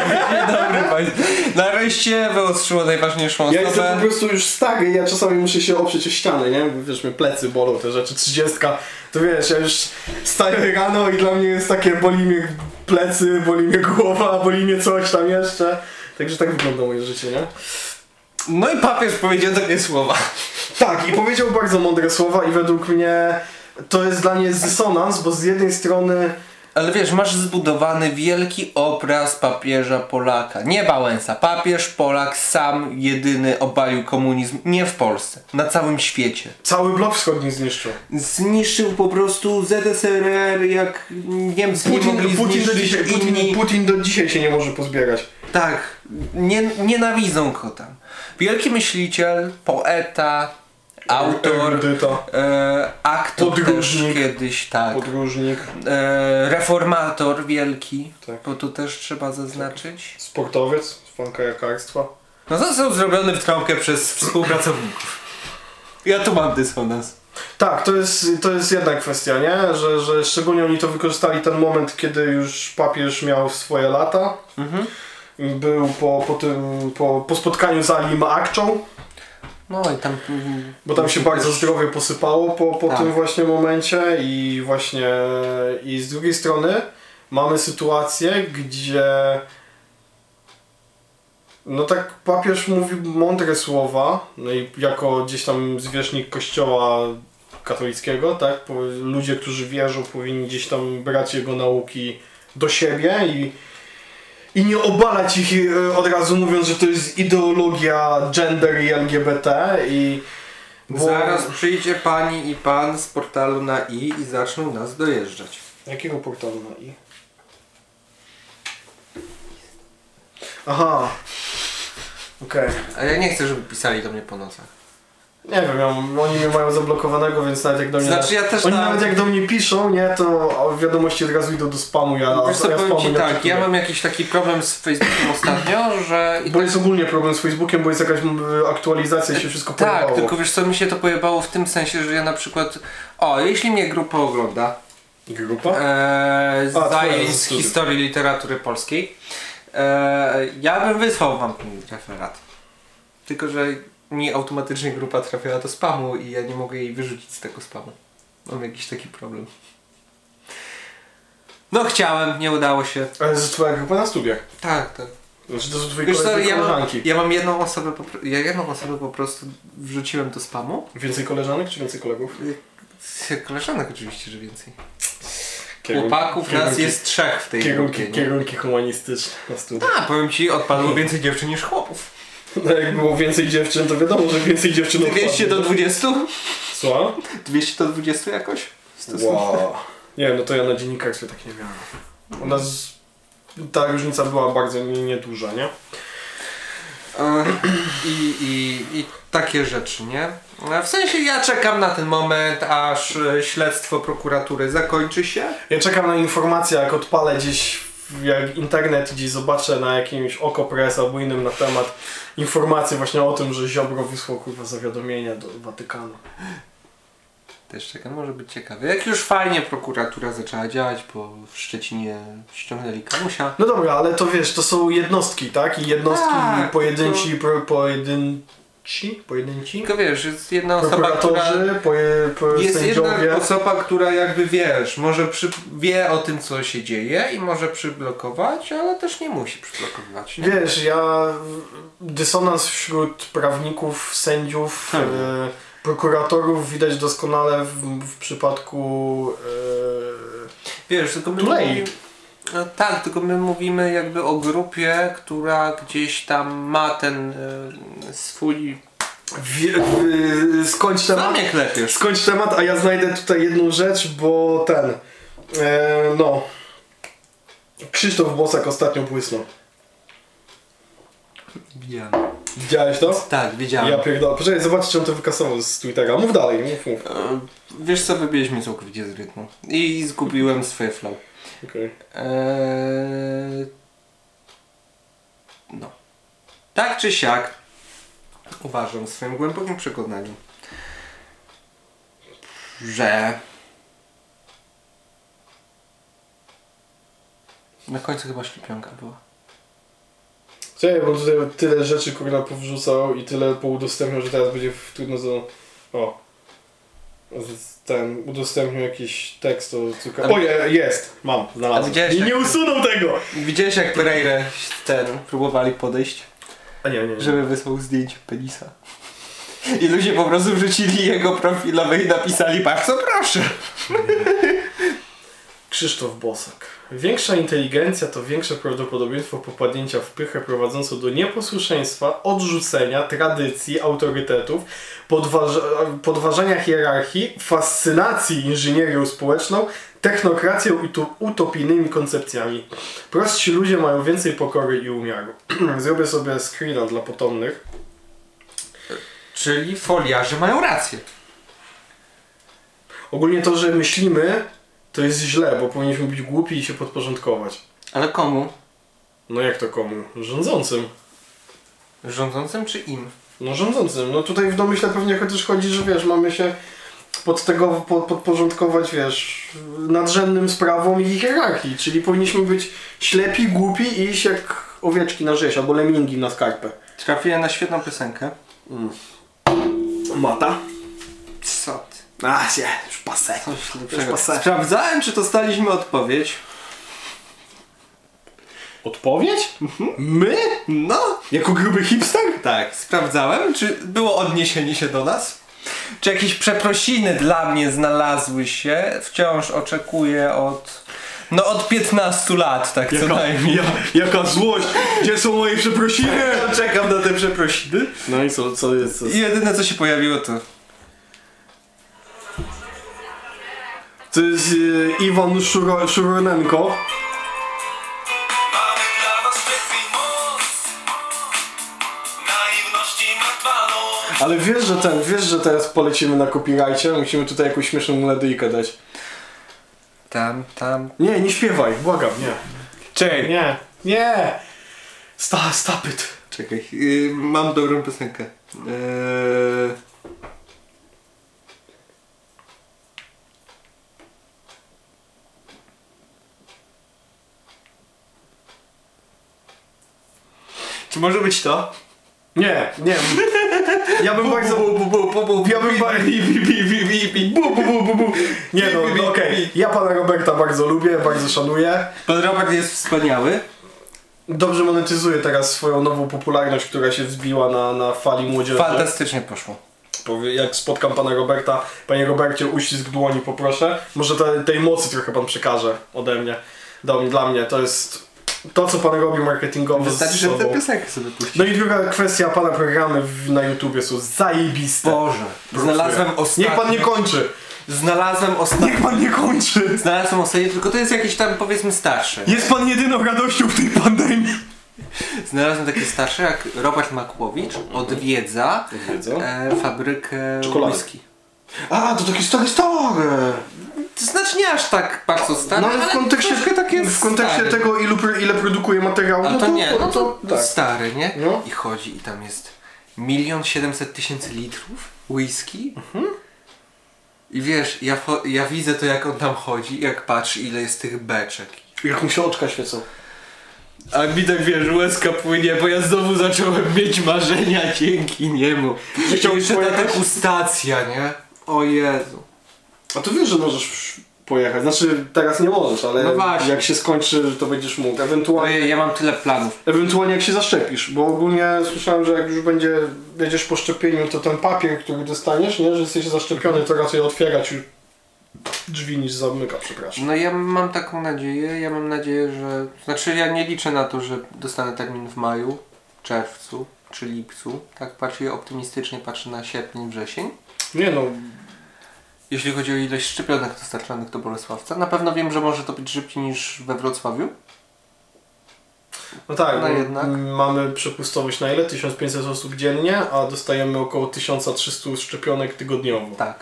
Speaker 1: Dobry pomysł. Nareszcie wyostrzyło najważniejszą
Speaker 2: Ja jestem po
Speaker 1: osobę.
Speaker 2: prostu już stary i ja czasami muszę się oprzeć o ścianę, nie? Bo Wiesz, mnie plecy bolą te rzeczy, trzydziestka, to wiesz, ja już staję rano i dla mnie jest takie, boli mnie plecy, boli mnie głowa, boli mnie coś tam jeszcze. Także tak wygląda moje życie, nie?
Speaker 1: No i papież powiedział takie słowa.
Speaker 2: Tak, i powiedział bardzo mądre słowa i według mnie to jest dla mnie dysonans, bo z jednej strony...
Speaker 1: Ale wiesz, masz zbudowany wielki obraz papieża Polaka. Nie Wałęsa. Papież Polak sam jedyny obalił komunizm. Nie w Polsce. Na całym świecie.
Speaker 2: Cały blok wschodni zniszczył.
Speaker 1: Zniszczył po prostu ZSRR jak Niemcy nie mogli
Speaker 2: Putin, Putin, do
Speaker 1: zniszczyć
Speaker 2: dzisiaj,
Speaker 1: inni.
Speaker 2: Putin, Putin do dzisiaj się nie może pozbierać.
Speaker 1: Tak, nie, nienawidzą go tam. Wielki myśliciel, poeta, autor,
Speaker 2: Erudyta.
Speaker 1: e, aktor
Speaker 2: Podróżnik.
Speaker 1: też kiedyś, tak.
Speaker 2: Podróżnik,
Speaker 1: E, reformator wielki,
Speaker 2: Tak.
Speaker 1: bo tu też trzeba zaznaczyć.
Speaker 2: sportowiec, fan kajakarstwa.
Speaker 1: No został zrobiony w trąbkę przez współpracowników. Ja tu mam dysonans.
Speaker 2: Tak, to jest, to jest jedna kwestia, nie? Że, że szczególnie oni to wykorzystali ten moment, kiedy już papież miał swoje lata. Był po, po, tym, po, po spotkaniu z Alim Akczą,
Speaker 1: No i tam... mm,
Speaker 2: bo tam się bardzo zdrowie posypało po, po
Speaker 1: Tak.
Speaker 2: tym właśnie momencie i właśnie i z drugiej strony mamy sytuację, gdzie no tak papież mówi mądre słowa, no i jako gdzieś tam zwierzchnik kościoła katolickiego, tak, po- ludzie, którzy wierzą powinni gdzieś tam brać jego nauki do siebie i i nie obalać ich e, od razu mówiąc, że to jest ideologia gender i LGBT i bo-
Speaker 1: Zaraz przyjdzie pani i pan z portalu na i i zaczną nas dojeżdżać.
Speaker 2: Jakiego portalu na i? Aha. Okej.
Speaker 1: A ja nie chcę, żeby pisali do mnie po nocach.
Speaker 2: Nie wiem, ja, oni mnie mają zablokowanego, więc nawet jak do mnie...
Speaker 1: Znaczy, ja też
Speaker 2: oni
Speaker 1: tak.
Speaker 2: nawet jak do mnie piszą, nie, to wiadomości od razu idą do spamu, ja,
Speaker 1: Wiesz co,
Speaker 2: ja
Speaker 1: powiem ci
Speaker 2: nie
Speaker 1: tak,
Speaker 2: czytuję.
Speaker 1: ja mam jakiś taki problem z Facebookiem ostatnio, że... i
Speaker 2: Bo
Speaker 1: tak-
Speaker 2: jest ogólnie problem z Facebookiem, bo jest jakaś m, aktualizacja i się wszystko
Speaker 1: Tak,
Speaker 2: pojebało.
Speaker 1: tylko wiesz co, mi się to pojebało w tym sensie, że ja na przykład... O, jeśli mnie grupa ogląda,
Speaker 2: Grupa?
Speaker 1: e,
Speaker 2: A, twoja
Speaker 1: zajęć
Speaker 2: ze
Speaker 1: z
Speaker 2: studiów.
Speaker 1: historii literatury polskiej, e, ja bym wysłał wam ten referat. Tylko, że mi automatycznie grupa trafiała do spamu i ja nie mogę jej wyrzucić z tego spamu. Mam jakiś taki problem. No chciałem, nie udało się.
Speaker 2: Ale to twoja grupa na studiach.
Speaker 1: Tak, tak.
Speaker 2: Znaczy to są twoje
Speaker 1: Wiesz co,
Speaker 2: koledzy,
Speaker 1: ja mam,
Speaker 2: koleżanki.
Speaker 1: ja mam jedną osobę, po, pro- ja jedną osobę po prostu wrzuciłem do spamu.
Speaker 2: Więcej koleżanek czy więcej kolegów?
Speaker 1: Koleżanek oczywiście, że więcej.
Speaker 2: Kierun-
Speaker 1: Chłopaków nas
Speaker 2: kierunki-
Speaker 1: jest trzech w tej grupie.
Speaker 2: Kierunki,
Speaker 1: nie?
Speaker 2: kierunki humanistyczne na studiach.
Speaker 1: A, powiem ci, odpadło więcej dziewczyn niż chłopów.
Speaker 2: No jak było więcej dziewczyn, to wiadomo, że więcej dziewczyn
Speaker 1: 200
Speaker 2: tak.
Speaker 1: do 20?
Speaker 2: Słucham?
Speaker 1: 200 do 20 jakoś? Stosunkowo.
Speaker 2: Wow. Nie, no to ja na dziennikarstwie tak nie miałem. U nas ta różnica była bardzo nie- nieduża, nie?
Speaker 1: E, I, i, I takie rzeczy, nie? E, W sensie ja czekam na ten moment, aż e, śledztwo prokuratury zakończy się.
Speaker 2: Ja czekam na informacje, jak odpalę gdzieś, w- jak internet gdzieś zobaczę na jakimś OkoPress albo innym na temat informacje właśnie o tym, że Ziobro wysłał kurwa zawiadomienia do Watykanu.
Speaker 1: Też czekam, może być ciekawe. Jak już fajnie prokuratura zaczęła działać, bo w Szczecinie ściągnęli Kamusia.
Speaker 2: No dobra, ale to wiesz, to są jednostki, tak? I jednostki
Speaker 1: Tak,
Speaker 2: pojedynci, pro, pojedynci, pojedynci?
Speaker 1: Tylko wiesz, jest jedna osoba, która...
Speaker 2: Prokuratorzy, poje, po,
Speaker 1: Jest jedna
Speaker 2: sędziowie.
Speaker 1: osoba, która jakby wiesz, może przy, wie o tym, co się dzieje i może przyblokować, ale też nie musi przyblokowywać. Nie?
Speaker 2: Wiesz, ja dysonans wśród prawników, sędziów,
Speaker 1: Tak.
Speaker 2: e, prokuratorów widać doskonale w, w przypadku e,
Speaker 1: Wiesz, tylko my
Speaker 2: Too late.
Speaker 1: mówimy, no, tak, tylko my mówimy jakby o grupie, która gdzieś tam ma ten e, swój...
Speaker 2: wie, w, skądś temat.
Speaker 1: Zamek lepiej.
Speaker 2: Skądś temat, a ja znajdę tutaj jedną rzecz, bo ten. E, no. Krzysztof Bosak ostatnio błysnął.
Speaker 1: Widziałem.
Speaker 2: Widziałeś to?
Speaker 1: Tak, wiedziałem.
Speaker 2: Ja pierdolę. Poczekaj, zobaczcie, czy on to wykasował z Twittera. Mów dalej, mów, mów.
Speaker 1: E, Wiesz co, wybiłeś mnie całkowicie z rytmu. I zgubiłem swoje flow.
Speaker 2: Okej.
Speaker 1: Eee... No. Tak czy siak, uważam w swoim głębokim przekonaniu, że na końcu chyba ślipionka była.
Speaker 2: Czekaj, bo tutaj tyle rzeczy kurna powrzucał i tyle poudostępniał, że teraz będzie w- trudno za... O. Z- Ten, udostępnił jakiś tekst o cukrze. O, je, jest! Mam,
Speaker 1: A
Speaker 2: znalazłem.
Speaker 1: gdzieś
Speaker 2: I nie
Speaker 1: tak-
Speaker 2: usunął tego!
Speaker 1: Widziałeś jak Pereira ten próbowali podejść,
Speaker 2: A nie, nie,
Speaker 1: żeby wysłał zdjęcie penisa. I ludzie po prostu wrzucili jego profilowe i napisali bardzo proszę.
Speaker 2: Krzysztof Bosak. Większa inteligencja to większe prawdopodobieństwo popadnięcia w pychę prowadzącą do nieposłuszeństwa, odrzucenia, tradycji, autorytetów, podważa podważania hierarchii, fascynacji inżynierią społeczną, technokracją i tu- utopijnymi koncepcjami. Prostsi ludzie mają więcej pokory i umiaru. Zrobię sobie screena dla potomnych.
Speaker 1: Czyli foliarze mają rację.
Speaker 2: Ogólnie to, że myślimy, to jest źle, bo powinniśmy być głupi i się podporządkować.
Speaker 1: Ale komu?
Speaker 2: No jak to komu? Rządzącym.
Speaker 1: Rządzącym czy im?
Speaker 2: No rządzącym. No tutaj w domyśle pewnie chociaż chodzi, że wiesz, mamy się pod tego po- podporządkować, wiesz, nadrzędnym sprawom i hierarchii, czyli powinniśmy być ślepi, głupi i iść jak owieczki na rzeź albo lemingi na skarpę.
Speaker 1: Trafiłem na świetną piosenkę.
Speaker 2: Mata?
Speaker 1: Co ty?
Speaker 2: A, się, już pasek.
Speaker 1: Coś
Speaker 2: Już
Speaker 1: lepszego.
Speaker 2: pasek.
Speaker 1: Sprawdzałem, czy dostaliśmy odpowiedź.
Speaker 2: Odpowiedź? My?
Speaker 1: No,
Speaker 2: Jako gruby hipster?
Speaker 1: tak. Sprawdzałem, czy było odniesienie się do nas. Czy jakieś przeprosiny dla mnie znalazły się? Wciąż oczekuję od. No, od 15 lat, tak co najmniej.
Speaker 2: jaka złość! Gdzie są moje przeprosiny?
Speaker 1: Czekam na te przeprosiny.
Speaker 2: No i co, co jest? Co?
Speaker 1: I jedyne, co się pojawiło, to.
Speaker 2: To jest y, Iwan Szuro, Szurunenko.
Speaker 3: Mamy dla was świetny moc Naiwności martwa noc
Speaker 2: Ale wiesz, że ten, wiesz, że teraz polecimy na copyrajcie, musimy tutaj jakąś śmieszną melodyjkę dać.
Speaker 1: Tam, tam.
Speaker 2: Nie, nie śpiewaj, błagam, nie.
Speaker 1: Czekaj.
Speaker 2: Nie, nie! Sta, stapyt.
Speaker 1: Czekaj. Yy, mam dobrą piosenkę. Yy... Czy może być to?
Speaker 2: Nie, nie. Ja bym bardzo...
Speaker 1: bu, bu, bu, bu, bu,
Speaker 2: Ja bym bardzo... Bu, bu, bu, bu, bu. Nie no, no okej. Ja pana Roberta bardzo lubię, bardzo szanuję.
Speaker 1: Pan Robert jest wspaniały.
Speaker 2: Dobrze monetyzuje teraz swoją nową popularność, która się wzbiła na, na fali młodzieży.
Speaker 1: Fantastycznie poszło.
Speaker 2: Powie- Jak spotkam pana Roberta, panie Robercie, uścisk dłoni poproszę. Może te, tej mocy trochę pan przekaże ode mnie. Do, dla mnie to jest to, co pan robi marketingowo
Speaker 1: Wystarczy,
Speaker 2: z
Speaker 1: że tę
Speaker 2: sobą.
Speaker 1: piosenkę sobie puścić.
Speaker 2: No i druga kwestia, pana programy w, na YouTubie są zajebiste.
Speaker 1: Boże, znalazłem ostatni.
Speaker 2: Niech pan nie kończy!
Speaker 1: Znalazłem ostatni.
Speaker 2: Niech pan nie kończy!
Speaker 1: Znalazłem ostatni, tylko to jest jakieś tam powiedzmy starsze.
Speaker 2: Jest pan jedyną radością w tej pandemii!
Speaker 1: Znalazłem takie starsze jak Robert Makłowicz odwiedza,
Speaker 2: Odwiedza?
Speaker 1: E, fabrykę
Speaker 2: Mhm. Czekolady.
Speaker 1: whisky.
Speaker 2: A, to taki stary stary!
Speaker 1: To znaczy nie aż tak bardzo stare,
Speaker 2: No ale w kontekście,
Speaker 1: troszkę takie
Speaker 2: w kontekście
Speaker 1: stare.
Speaker 2: tego, ilu, pr- ile produkuje materiału,
Speaker 1: Ale
Speaker 2: no
Speaker 1: to nie, no
Speaker 2: to
Speaker 1: to
Speaker 2: tak.
Speaker 1: stary, nie?
Speaker 2: No.
Speaker 1: I chodzi i tam jest milion siedemset tysięcy litrów whisky. I wiesz, ja, wcho- ja widzę to jak on tam chodzi, jak patrzy ile jest tych beczek.
Speaker 2: Jak mu się oczka świecą.
Speaker 1: A mi tak wiesz, łezka płynie, bo ja znowu zacząłem mieć marzenia dzięki niemu.
Speaker 2: Że chciałbyś
Speaker 1: Jeszcze ta
Speaker 2: pojechać?
Speaker 1: degustacja, nie? O Jezu.
Speaker 2: A to wiesz, że możesz pojechać. Znaczy, teraz nie możesz, ale
Speaker 1: No właśnie. No
Speaker 2: jak się skończy, to będziesz mógł. Ewentualnie,
Speaker 1: Ojej, ja mam tyle planów.
Speaker 2: ewentualnie jak się zaszczepisz, bo ogólnie słyszałem, że jak już będzie, będziesz po szczepieniu, to ten papier, który dostaniesz, nie, że jesteś zaszczepiony, to raczej otwierać już drzwi niż zamyka, przepraszam.
Speaker 1: No ja mam taką nadzieję, ja mam nadzieję, że... Znaczy ja nie liczę na to, że dostanę termin w maju, czerwcu czy lipcu. Tak bardziej optymistycznie patrzę na sierpień, wrzesień.
Speaker 2: Nie no,
Speaker 1: Jeśli chodzi o ilość szczepionek dostarczanych do Bolesławca, na pewno wiem, że może to być szybciej niż we Wrocławiu.
Speaker 2: No tak,
Speaker 1: No
Speaker 2: m-
Speaker 1: jednak.
Speaker 2: m- mamy przepustowość na ile? 1500 osób dziennie, a dostajemy około 1300 szczepionek tygodniowo.
Speaker 1: Tak.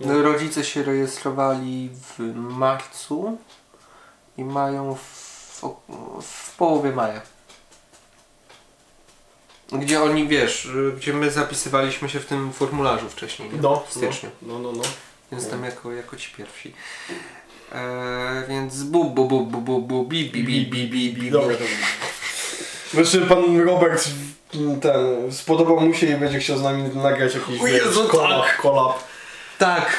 Speaker 1: No, Rodzice się rejestrowali w marcu i mają w, w połowie maja. Gdzie oni, wiesz, gdzie my zapisywaliśmy się w tym formularzu wcześniej, nie?
Speaker 2: No,
Speaker 1: w styczniu.
Speaker 2: no, no, no. no.
Speaker 1: Więc tam jako, jako ci pierwsi. Eee, więc bu bu bu bu bu bu bi bi bi bi bi bi
Speaker 2: Dobra,
Speaker 1: bi.
Speaker 2: dobra. Znaczy pan Robert m, ten, spodobał mu się i będzie chciał z nami nagrać jakiś
Speaker 1: O Jezu,
Speaker 2: wiesz, kolab, kolab.
Speaker 1: Tak!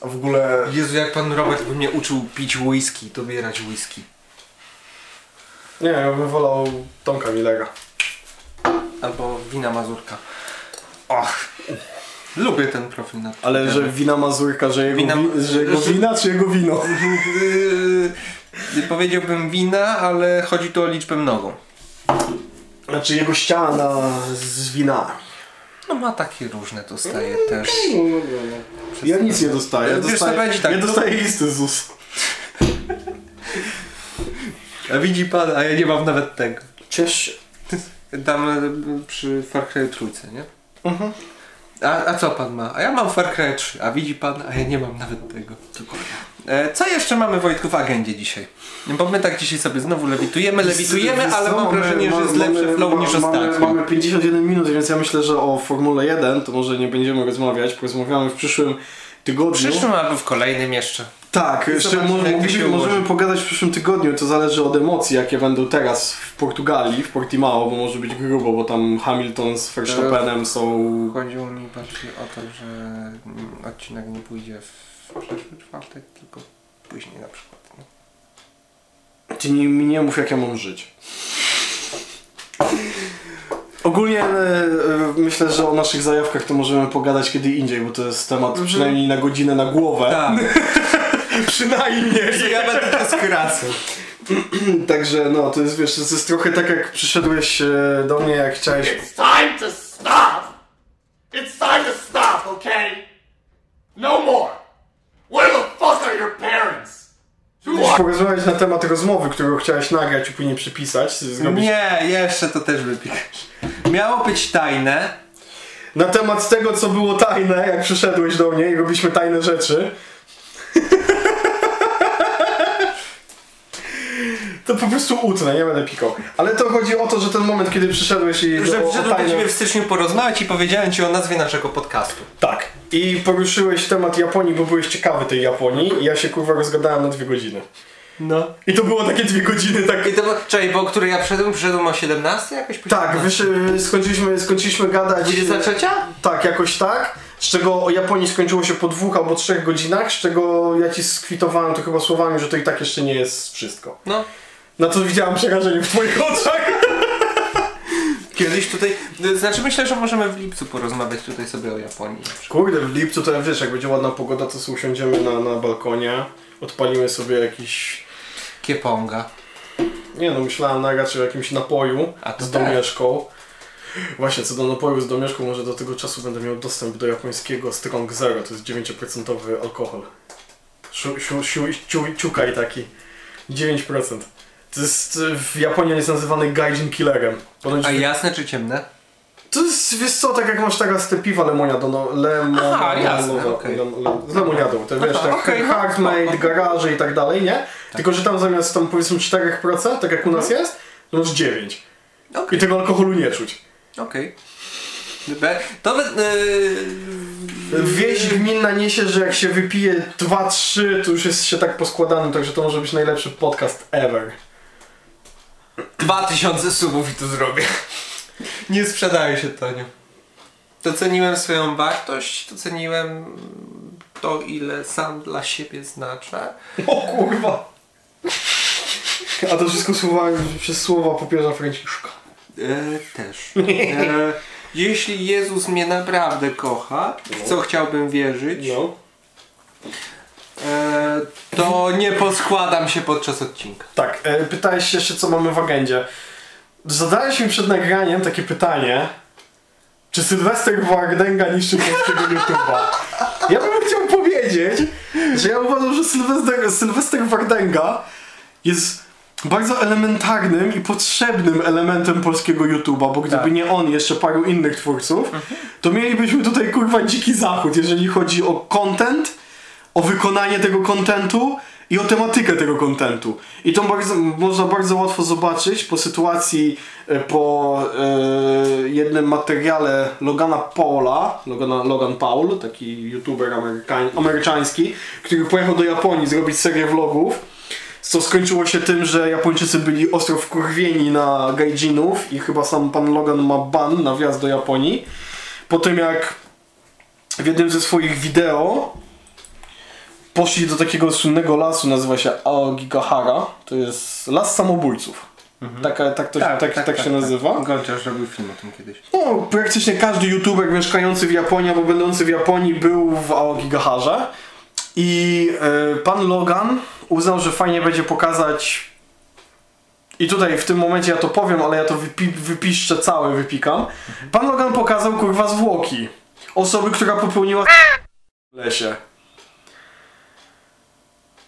Speaker 2: A w ogóle
Speaker 1: Jezu, jak pan Robert by mnie uczył pić whisky, dobierać whisky.
Speaker 2: nie, ja bym wolał Tomka Millera.
Speaker 1: Albo wina mazurka. Och! Lubię ten profil na
Speaker 2: Ale że
Speaker 1: Twitterze.
Speaker 2: wina Mazurka, że jego,
Speaker 1: Wina-
Speaker 2: wi- że jego
Speaker 1: że-
Speaker 2: wina czy jego wino?
Speaker 1: Yy, Powiedziałbym wina, ale chodzi tu o liczbę mnogą.
Speaker 2: Znaczy jego ściana z wina.
Speaker 1: No ma takie różne dostaje też.
Speaker 2: No, Ja nic nie dostaję. Ja
Speaker 1: Wiesz, to
Speaker 2: dostaję,
Speaker 1: będzie tak.
Speaker 2: ja dostaję listy z ZUS.
Speaker 1: A widzi pan, a ja nie mam nawet tego.
Speaker 2: Ciesz się.
Speaker 1: Tam e, przy Far Cry trójce, nie? Mhm. A, a co pan ma? A ja mam Far Cry 3, a widzi pan, a ja nie mam nawet tego. E, co jeszcze mamy Wojtku w agendzie dzisiaj? Bo my tak dzisiaj sobie znowu lewitujemy, lewitujemy, ale mam wrażenie, że jest lepszy flow niż
Speaker 2: mamy,
Speaker 1: ostatnio.
Speaker 2: mamy 51 minut, więc ja myślę, że o Formule 1 to może nie będziemy rozmawiać, porozmawiamy w przyszłym tygodniu.
Speaker 1: W przyszłym albo w kolejnym jeszcze.
Speaker 2: Tak, jeszcze
Speaker 1: zobaczymy,
Speaker 2: może,
Speaker 1: jak to
Speaker 2: mogliśmy,
Speaker 1: się ułoży.
Speaker 2: możemy pogadać w przyszłym tygodniu, to zależy od emocji, jakie będą teraz w Portugalii, w Portimao, bo może być grubo, bo tam Hamilton z Verstappenem są
Speaker 1: Chodziło mi bardziej o to, że mm, odcinek nie pójdzie w przyszły czwartek, tylko później na przykład. nie?
Speaker 2: Ty nie, mi nie mów, jak ja mam żyć. Ogólnie e, e, myślę, że o naszych zajawkach to możemy pogadać kiedy indziej, bo to jest temat przynajmniej na godzinę na głowę.
Speaker 1: Tak,
Speaker 2: Przynajmniej!
Speaker 1: ja będę to skracał.
Speaker 2: Także no, to jest wiesz, to jest trochę tak jak przyszedłeś e, do mnie, jak chciałeś...
Speaker 4: It's time to stop! It's time to stop, okay? No more! Where the fuck are your parents? Who are
Speaker 2: Porozmawiać na temat rozmowy, którą chciałeś nagrać i później przypisać, zrobić
Speaker 1: Nie, jeszcze to też wypierasz. Miało być tajne.
Speaker 2: na temat tego, co było tajne, jak przyszedłeś do mnie i robiliśmy tajne rzeczy. To po prostu utnę, nie będę pikał. Ale to chodzi o to, że ten moment, kiedy przyszedłeś i
Speaker 1: Że
Speaker 2: o, o
Speaker 1: przyszedłem do
Speaker 2: tajne...
Speaker 1: ciebie w styczniu porozmawiać i powiedziałem ci o nazwie naszego podcastu.
Speaker 2: Tak. I poruszyłeś temat Japonii, bo byłeś ciekawy tej Japonii i ja się kurwa rozgadałem na dwie godziny.
Speaker 1: No.
Speaker 2: I to było takie dwie godziny tak...
Speaker 1: I to było, czekaj, bo o której ja przyszedłem, przyszedłem o 17 jakoś?
Speaker 2: Tak, wysz, skończyliśmy, skończyliśmy gadać...
Speaker 1: 23?
Speaker 2: Tak, jakoś tak. Z czego o Japonii skończyło się po dwóch albo trzech godzinach, z czego ja ci skwitowałem to chyba słowami, że to i tak jeszcze nie jest wszystko.
Speaker 1: No.
Speaker 2: Na co widziałem przerażenie w twoich oczach.
Speaker 1: Kiedyś tutaj, znaczy myślę, że możemy w lipcu porozmawiać tutaj sobie o Japonii.
Speaker 2: Kurde, w lipcu to wiesz, jak będzie ładna pogoda, to sobie usiądziemy na, na balkonie, odpalimy sobie jakiś...
Speaker 1: Kieponga.
Speaker 2: Nie no, myślałem na raczej o jakimś napoju
Speaker 1: A to
Speaker 2: z
Speaker 1: tak.
Speaker 2: domieszką. Właśnie, co do napoju z domieszką, może do tego czasu będę miał dostęp do japońskiego Strong Zero, to jest 9% alkohol. Siu, siu, siu, siu, ciukaj taki. 9%. To jest, y, w Japonii on jest nazywany gaijin killerem. Ponoć
Speaker 1: A jasne czy ciemne?
Speaker 2: To jest, wiesz co, tak jak masz teraz te piwa lemoniado, no, lemon,
Speaker 1: Aha, jasne,
Speaker 2: lemon-
Speaker 1: okej.
Speaker 2: lem- lem- no, z lemoniadą, te wiesz,
Speaker 1: Aha,
Speaker 2: tak
Speaker 1: okej, no,
Speaker 2: handmade,
Speaker 1: spoko.
Speaker 2: garaże i tak dalej, nie? Tylko, że tam zamiast tam powiedzmy 4%, tak jak u nas
Speaker 1: Mhm.
Speaker 2: jest, to masz 9.
Speaker 1: Okej.
Speaker 2: I tego alkoholu nie czuć.
Speaker 1: Okej. Okay. To wy- yy,
Speaker 2: Wieść gminna niesie, że jak się wypije 2-3, to już jest się tak poskładanym, także to może być najlepszy podcast ever.
Speaker 1: 2000 subów i to zrobię. Nie sprzedaję się tanio. Doceniłem swoją wartość, doceniłem to, ile sam dla siebie znaczę.
Speaker 2: O kurwa! A to wszystko słowami, przez słowa papieża Franciszka.
Speaker 1: E, też. E, jeśli Jezus mnie naprawdę kocha, w co chciałbym wierzyć,
Speaker 2: No.
Speaker 1: e, to nie poskładam się podczas odcinka.
Speaker 2: Tak, e, pytałeś się jeszcze, co mamy w agendzie. Zadałeś mi przed nagraniem takie pytanie, czy Sylwester Wardęga niszczy polskiego YouTube'a? Ja bym chciał powiedzieć, że ja uważam, że Sylwester, Sylwester Wardęga jest bardzo elementarnym i potrzebnym elementem polskiego YouTube'a, bo gdyby nie on, jeszcze paru innych twórców, to mielibyśmy tutaj kurwa dziki zachód, jeżeli chodzi o content, o wykonanie tego contentu i o tematykę tego contentu. I to bardzo, można bardzo łatwo zobaczyć po sytuacji, e, po e, jednym materiale Logana Paula, Logana, Logan Paul, taki youtuber amerykań, amerykański, który pojechał do Japonii zrobić serię vlogów co skończyło się tym, że Japończycy byli ostro wkurwieni na gaijinów i chyba sam pan Logan ma ban na wjazd do Japonii. Po tym jak w jednym ze swoich wideo poszli do takiego słynnego lasu, nazywa się Aogigahara, to jest las samobójców. Taka, tak, to, tak, tak, się nazywa.
Speaker 1: Gonciarz robił film o tym kiedyś.
Speaker 2: No, praktycznie każdy youtuber mieszkający w Japonii albo będący w Japonii był w Aogigaharze. I e, pan Logan uznał, że fajnie będzie pokazać. I tutaj w tym momencie ja to powiem, ale ja to wypi wypiszczę całe, wypikam. Pan Logan pokazał kurwa zwłoki. Osoby, która popełniła w lesie.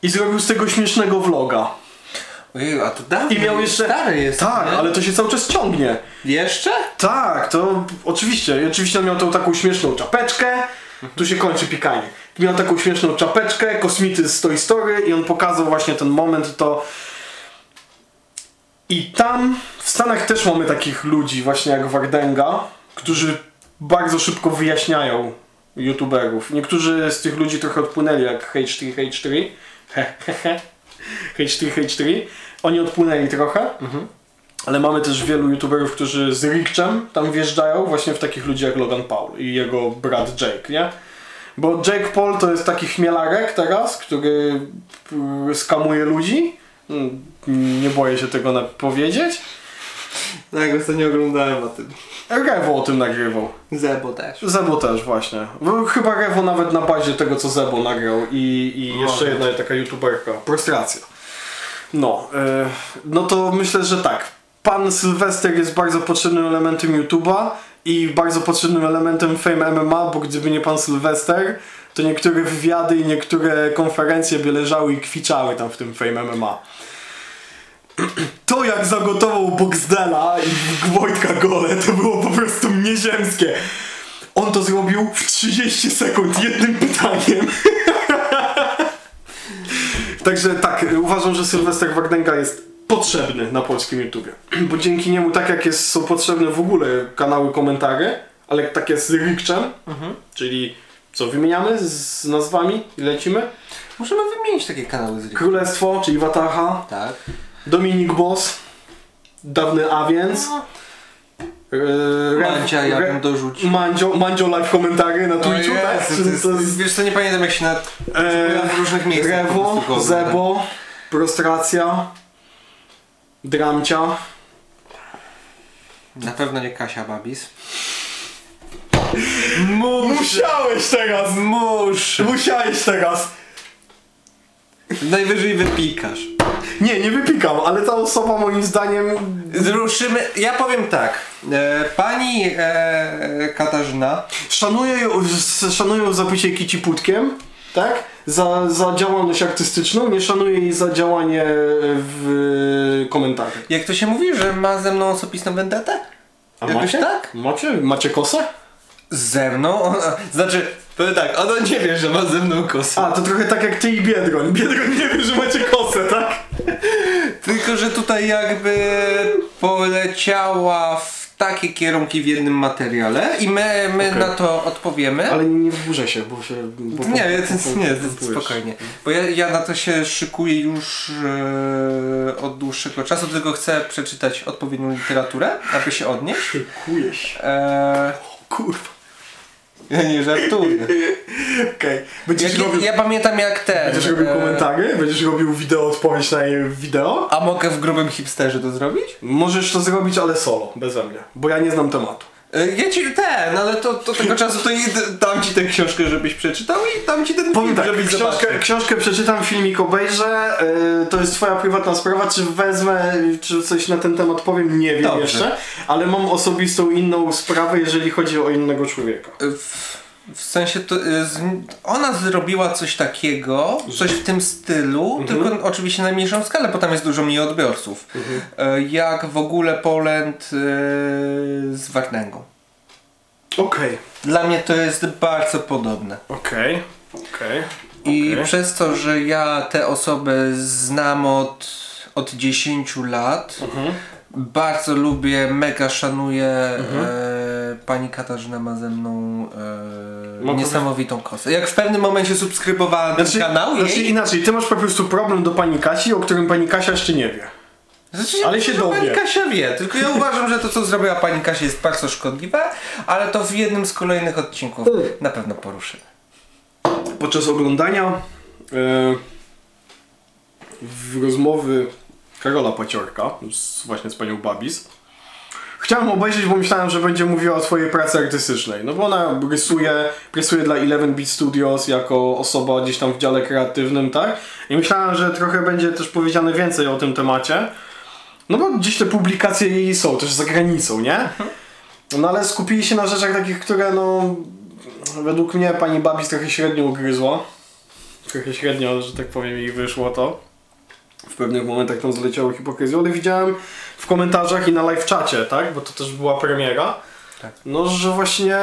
Speaker 2: I zrobił z tego śmiesznego vloga.
Speaker 1: Ojej, a to dawno.
Speaker 2: I miał jeszcze.
Speaker 1: Stary jest.
Speaker 2: Tak,
Speaker 1: nie?
Speaker 2: ale to się cały czas ciągnie.
Speaker 1: Jeszcze?
Speaker 2: Tak, to oczywiście. I oczywiście on miał tą taką śmieszną czapeczkę. Tu się kończy pikanie. Miał taką śmieszną czapeczkę, kosmity z Toy Story i on pokazał właśnie ten moment, to... I tam w Stanach też mamy takich ludzi właśnie jak Wardenga, którzy bardzo szybko wyjaśniają youtuberów. Niektórzy z tych ludzi trochę odpłynęli jak H3H3. H3H3. Oni odpłynęli trochę. Ale mamy też wielu youtuberów, którzy z Rikczem tam wjeżdżają, właśnie w takich ludzi jak Logan Paul i jego brat Jake, nie? Bo Jake Paul to jest taki chmielarek teraz, który mm, skamuje ludzi. Mm, Nie boję się tego na- powiedzieć.
Speaker 1: Tak, ostatnio oglądałem o tym.
Speaker 2: Rewo o tym nagrywał.
Speaker 1: Zebo też.
Speaker 2: Zebo też właśnie. Bo Chyba Rewo nawet na bazie tego, co Zebo nagrał i, i jeszcze jedna taka youtuberka. Prostracja. No, e, no to myślę, że tak. Pan Sylwester jest bardzo potrzebnym elementem YouTube'a i bardzo potrzebnym elementem Fame MMA, bo gdyby nie pan Sylwester, to niektóre wywiady i niektóre konferencje by leżały i kwiczały tam w tym Fame MMA. To jak zagotował Boxdela i Wojtka Gole, to było po prostu nieziemskie. On to zrobił w 30 sekund jednym pytaniem. Także tak, uważam, że Sylwester Wagdenga jest potrzebny na polskim YouTubie. Bo dzięki niemu, tak jak jest, są potrzebne w ogóle kanały komentarzy, ale tak jest z Rikczem, Mhm. czyli co wymieniamy z nazwami i lecimy.
Speaker 1: Możemy no wymienić takie kanały z Riku.
Speaker 2: Królestwo, czyli Wataha,
Speaker 1: Tak.
Speaker 2: Dominik Boss, dawny A więc. Yy,
Speaker 1: Mancia, ja
Speaker 2: Re-
Speaker 1: bym dorzucił.
Speaker 2: Mandzio, Mandzio live komentarze na Twitchu, tak?
Speaker 1: No Jezu, to jest,
Speaker 2: To jest-
Speaker 1: wiesz co, nie pamiętam jak się na...
Speaker 2: Eee,
Speaker 1: w różnych miejscach po
Speaker 2: Rewo,
Speaker 1: prostu tak. go oglądam.
Speaker 2: Zebo, Prostracja, Dramcia.
Speaker 1: Na pewno nie Kasia Babis.
Speaker 2: Musiałeś teraz! Musz! Musiałeś teraz!
Speaker 1: Najwyżej wypikasz.
Speaker 2: Nie, nie wypikam, ale ta osoba moim zdaniem...
Speaker 1: Zruszymy... Ja powiem tak. E, pani e, Katarzyna...
Speaker 2: Szanuję, ją- s- szanuję ją za picie kici płótkiem, tak? Za, za działalność artystyczną, nie szanuję jej za działanie w komentarzach.
Speaker 1: Jak to się mówi, że ma ze mną osobistą vendetę? Jakoś tak?
Speaker 2: Macie? Macie kosę?
Speaker 1: Ze mną? Ona, znaczy, powiem tak, ona nie wie, że ma ze mną kosę.
Speaker 2: A, to trochę tak jak ty i Biedroń. Biedroń nie wie, że macie kosę, tak?
Speaker 1: Tylko, że tutaj jakby poleciała w takie kierunki w jednym materiale i my, my na to odpowiemy.
Speaker 2: Ale nie, nie wburzę się, bo się... Bo, bo,
Speaker 1: Nie,
Speaker 2: bo-
Speaker 1: to,
Speaker 2: bo-
Speaker 1: nie,
Speaker 2: bo-
Speaker 1: to spokojnie. Bo ja, ja na to się szykuję już e, od dłuższego czasu, tylko chcę przeczytać odpowiednią literaturę, aby się odnieść.
Speaker 2: Szykuje się.
Speaker 1: E,
Speaker 2: Kurwa.
Speaker 1: ja nie żartuję.
Speaker 2: Okej. Będziesz
Speaker 1: Jak,
Speaker 2: robił...
Speaker 1: ja pamiętam jak ten.
Speaker 2: Będziesz robił
Speaker 1: e,
Speaker 2: komentarze? Będziesz robił wideo, odpowiedź na jej wideo?
Speaker 1: A mogę w grubym hipsterze to zrobić?
Speaker 2: Możesz to zrobić, ale solo, beze mnie. Bo ja nie znam tematu.
Speaker 1: E, Ja ci ten, ale to, to tego czasu to i d- dam ci tę książkę, żebyś przeczytał i dam ci ten
Speaker 2: Powiem
Speaker 1: film,
Speaker 2: tak,
Speaker 1: żebyś
Speaker 2: książkę,
Speaker 1: zobaczył.
Speaker 2: książkę przeczytam, filmik obejrzę, yy, to jest twoja prywatna sprawa, czy wezmę, czy coś na ten temat powiem, nie wiem
Speaker 1: Dobrze.
Speaker 2: jeszcze, ale mam osobistą inną sprawę, jeżeli chodzi o innego człowieka.
Speaker 1: E, w- W sensie to, y, z, ona zrobiła coś takiego, coś w tym stylu,
Speaker 2: Mhm.
Speaker 1: tylko oczywiście na mniejszą skalę, bo tam jest dużo mniej odbiorców. Y, Jak w ogóle Poland y, z Warnęgą.
Speaker 2: Okej.
Speaker 1: Dla mnie to jest bardzo podobne.
Speaker 2: Okej. Okej.
Speaker 1: I
Speaker 2: Okej.
Speaker 1: przez to, że ja tę osobę znam od, od 10 lat,
Speaker 2: Mhm.
Speaker 1: bardzo lubię, mega szanuję.
Speaker 2: Mhm.
Speaker 1: E, pani Katarzyna ma ze mną e,
Speaker 2: Mogę-
Speaker 1: niesamowitą kosę. Jak w pewnym momencie subskrybowałem
Speaker 2: Znaczy,
Speaker 1: ten kanał,
Speaker 2: znaczy
Speaker 1: jej,
Speaker 2: inaczej, ty masz po prostu problem do pani Kasi, o którym pani Kasia jeszcze nie wie.
Speaker 1: Znaczy, ja
Speaker 2: Ale
Speaker 1: myślę,
Speaker 2: się
Speaker 1: że Pani
Speaker 2: dowie.
Speaker 1: Kasia wie, tylko ja uważam, że to co zrobiła pani Kasia jest bardzo szkodliwe, ale to w jednym z kolejnych odcinków
Speaker 2: Mm.
Speaker 1: na pewno poruszymy.
Speaker 2: podczas oglądania e, w rozmowy Karola Paciorka, z, właśnie z panią Babis, chciałem obejrzeć, bo myślałem, że będzie mówiła o twojej pracy artystycznej. No bo ona rysuje, rysuje dla 11 Beat Studios jako osoba gdzieś tam w dziale kreatywnym, tak? I myślałem, że trochę będzie też powiedziane więcej o tym temacie. No bo gdzieś te publikacje jej są, też za granicą, nie? No ale skupili się na rzeczach takich, które no według mnie pani Babis trochę średnio ugryzła. Trochę średnio, że tak powiem, jej wyszło to. W pewnych momentach tam zleciało hipokryzją, ale widziałem w komentarzach i na live czacie, tak? Bo to też była premiera.
Speaker 1: Tak.
Speaker 2: No, że właśnie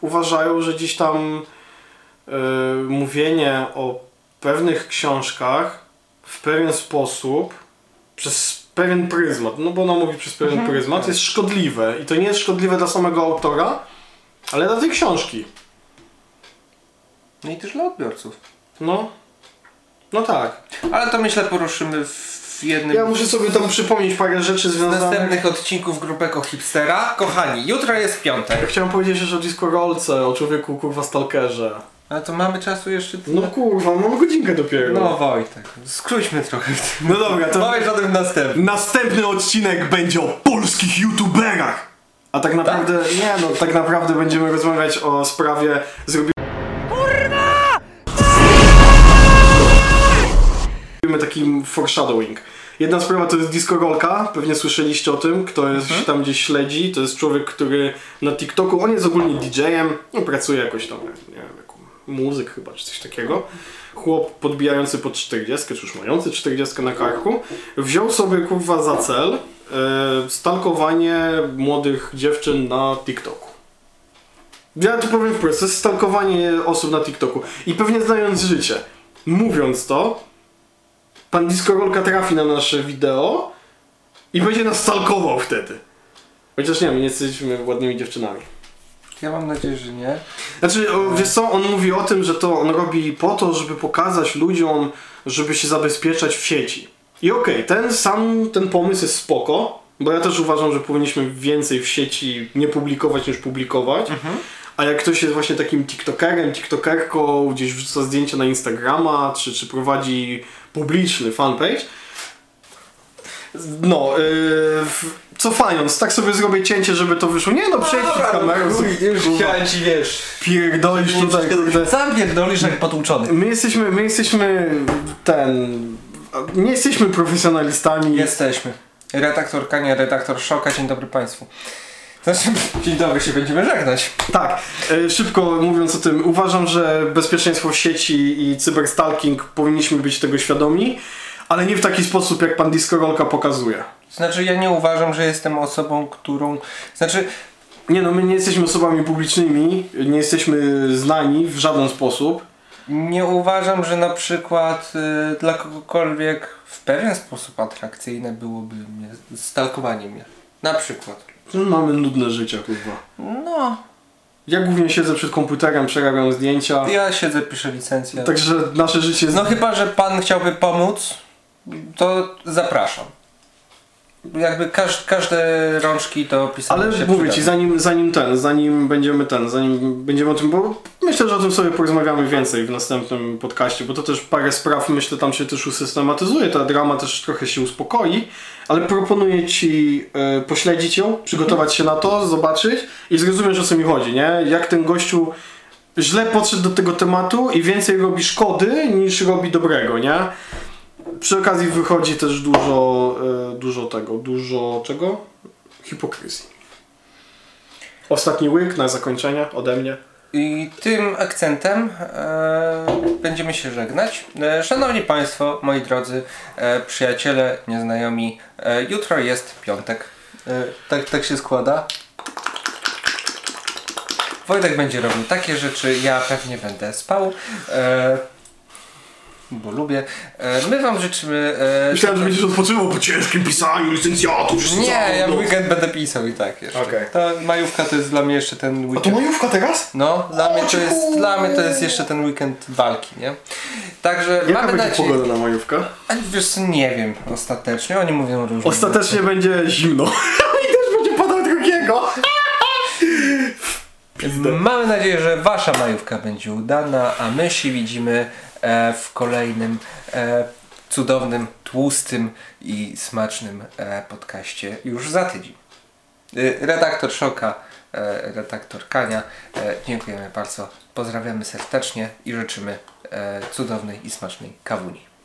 Speaker 2: uważają, że gdzieś tam yy, mówienie o pewnych książkach w pewien sposób przez pewien pryzmat, no bo ona mówi przez pewien pryzmat, jest szkodliwe. I to nie jest szkodliwe dla samego autora, ale dla tej książki.
Speaker 1: No i też dla odbiorców.
Speaker 2: No. No tak.
Speaker 1: Ale to myślę poruszymy w jednym
Speaker 2: Ja muszę sobie tam przypomnieć parę rzeczy
Speaker 1: z
Speaker 2: związanych.
Speaker 1: następnych odcinków Grupeko Hipstera. Kochani, jutro jest piątek.
Speaker 2: Chciałem powiedzieć jeszcze o Discworolce, o człowieku kurwa stalkerze.
Speaker 1: Ale to mamy czasu jeszcze...
Speaker 2: No kurwa, mam godzinkę dopiero.
Speaker 1: No Wojtek, skróćmy trochę w tym.
Speaker 2: No dobra, to
Speaker 1: Powiedz o tym następnym.
Speaker 2: następny odcinek będzie o polskich youtuberach. A tak naprawdę, nie no, tak naprawdę będziemy rozmawiać o sprawie zrobimy... Robimy taki foreshadowing. Jedna sprawa to jest Disco Rolka, pewnie słyszeliście o tym, kto jest, się tam gdzieś śledzi. To jest człowiek, który na TikToku, on jest ogólnie DJ-em, no, pracuje jakoś tam, nie wiem, jako muzyk chyba, czy coś takiego. Chłop podbijający pod 40, czy już mający 40 na karku, wziął sobie kurwa za cel e, stalkowanie młodych dziewczyn na TikToku. Ja to powiem wprost, to jest stalkowanie osób na TikToku. I pewnie znając życie, mówiąc to, pan Diskorolka trafi na nasze wideo i będzie nas stalkował wtedy. Chociaż nie, my nie jesteśmy ładnymi dziewczynami.
Speaker 1: Ja mam nadzieję, że nie.
Speaker 2: Znaczy, o, wiesz co, on mówi o tym, że to on robi po to, żeby pokazać ludziom, żeby się zabezpieczać w sieci. I okej, ten sam, ten pomysł jest spoko, bo ja też uważam, że powinniśmy więcej w sieci nie publikować niż publikować. A jak ktoś jest właśnie takim tiktokerem, tiktokerką, gdzieś wrzuca zdjęcia na Instagrama, czy, czy prowadzi publiczny fanpage, no, yy, w- cofając, tak sobie zrobię cięcie, żeby to wyszło. Nie no, przejdź z kamerą.
Speaker 1: chciałem ci, wiesz...
Speaker 2: Pierdolisz tutaj, kurde.
Speaker 1: Sam pierdolisz jak potłuczony.
Speaker 2: My jesteśmy, my jesteśmy ten... Nie jesteśmy profesjonalistami.
Speaker 1: Jesteśmy. Redaktor Kania, redaktor Szoka, dzień dobry Państwu. Znaczy, dzień dobry, się będziemy żegnać.
Speaker 2: Tak, e, szybko mówiąc o tym, uważam, że bezpieczeństwo w sieci i cyberstalking powinniśmy być tego świadomi, ale nie w taki sposób, jak pan Discorolka pokazuje.
Speaker 1: Znaczy, ja nie uważam, że jestem osobą, którą... Znaczy,
Speaker 2: Nie no, my nie jesteśmy osobami publicznymi, nie jesteśmy znani w żaden sposób.
Speaker 1: nie uważam, że na przykład y, dla kogokolwiek w pewien sposób atrakcyjne byłoby mnie, stalkowanie mnie. Na przykład.
Speaker 2: No, Mamy nudne życie, kurwa.
Speaker 1: No,
Speaker 2: Ja głównie siedzę przed komputerem, przerabiam zdjęcia,
Speaker 1: ja siedzę, piszę licencję.
Speaker 2: także nasze życie jest...
Speaker 1: No chyba, że pan chciałby pomóc, to zapraszam. Jakby każ, każde rączki to pisane
Speaker 2: Ale
Speaker 1: się
Speaker 2: mówię
Speaker 1: przyda.
Speaker 2: ci, zanim, zanim ten, zanim będziemy ten, zanim będziemy o tym, bo myślę, że o tym sobie porozmawiamy więcej w następnym podcaście, bo to też parę spraw, myślę, tam się też usystematyzuje, ta drama też trochę się uspokoi, ale proponuję ci e, pośledzić ją, przygotować się na to, zobaczyć i zrozumiesz o co mi chodzi, nie? Jak ten gościu źle podszedł do tego tematu i więcej robi szkody niż robi dobrego, nie? Przy okazji wychodzi też dużo, e, dużo tego, dużo czego? Hipokryzji. Ostatni łyk na zakończenie ode mnie.
Speaker 1: I tym akcentem e, będziemy się żegnać. E, szanowni Państwo, moi drodzy, e, przyjaciele, nieznajomi, e, jutro jest piątek. E, tak, tak się składa. Wojtek będzie robił takie rzeczy, ja pewnie będę spał. E, bo lubię. E, my Wam życzymy. E,
Speaker 2: Myślałem, że będziesz odpoczywał po ciężkim pisaniu licencjatu, wszystko.
Speaker 1: Nie, ja w weekend będę pisał i tak jeszcze.
Speaker 2: Okej.
Speaker 1: Ta majówka to jest dla mnie jeszcze ten weekend.
Speaker 2: To majówka teraz?
Speaker 1: No, dla mnie, to jest,
Speaker 2: ciekawe.
Speaker 1: dla mnie to jest jeszcze ten weekend walki, nie? Także
Speaker 2: Jaka
Speaker 1: mamy
Speaker 2: będzie
Speaker 1: nadzieję.
Speaker 2: pogoda na majówkę?
Speaker 1: A Wiesz co, nie wiem ostatecznie, oni mówią różnie.
Speaker 2: Ostatecznie będzie zimno. I też będzie padał drugiego.
Speaker 1: Mamy nadzieję, że wasza majówka będzie udana, a my się widzimy e, w kolejnym e, cudownym, tłustym i smacznym e, podcaście już za tydzień. E, redaktor Szoka, e, redaktor Kania, e, dziękujemy bardzo, pozdrawiamy serdecznie i życzymy e, cudownej i smacznej kawuni.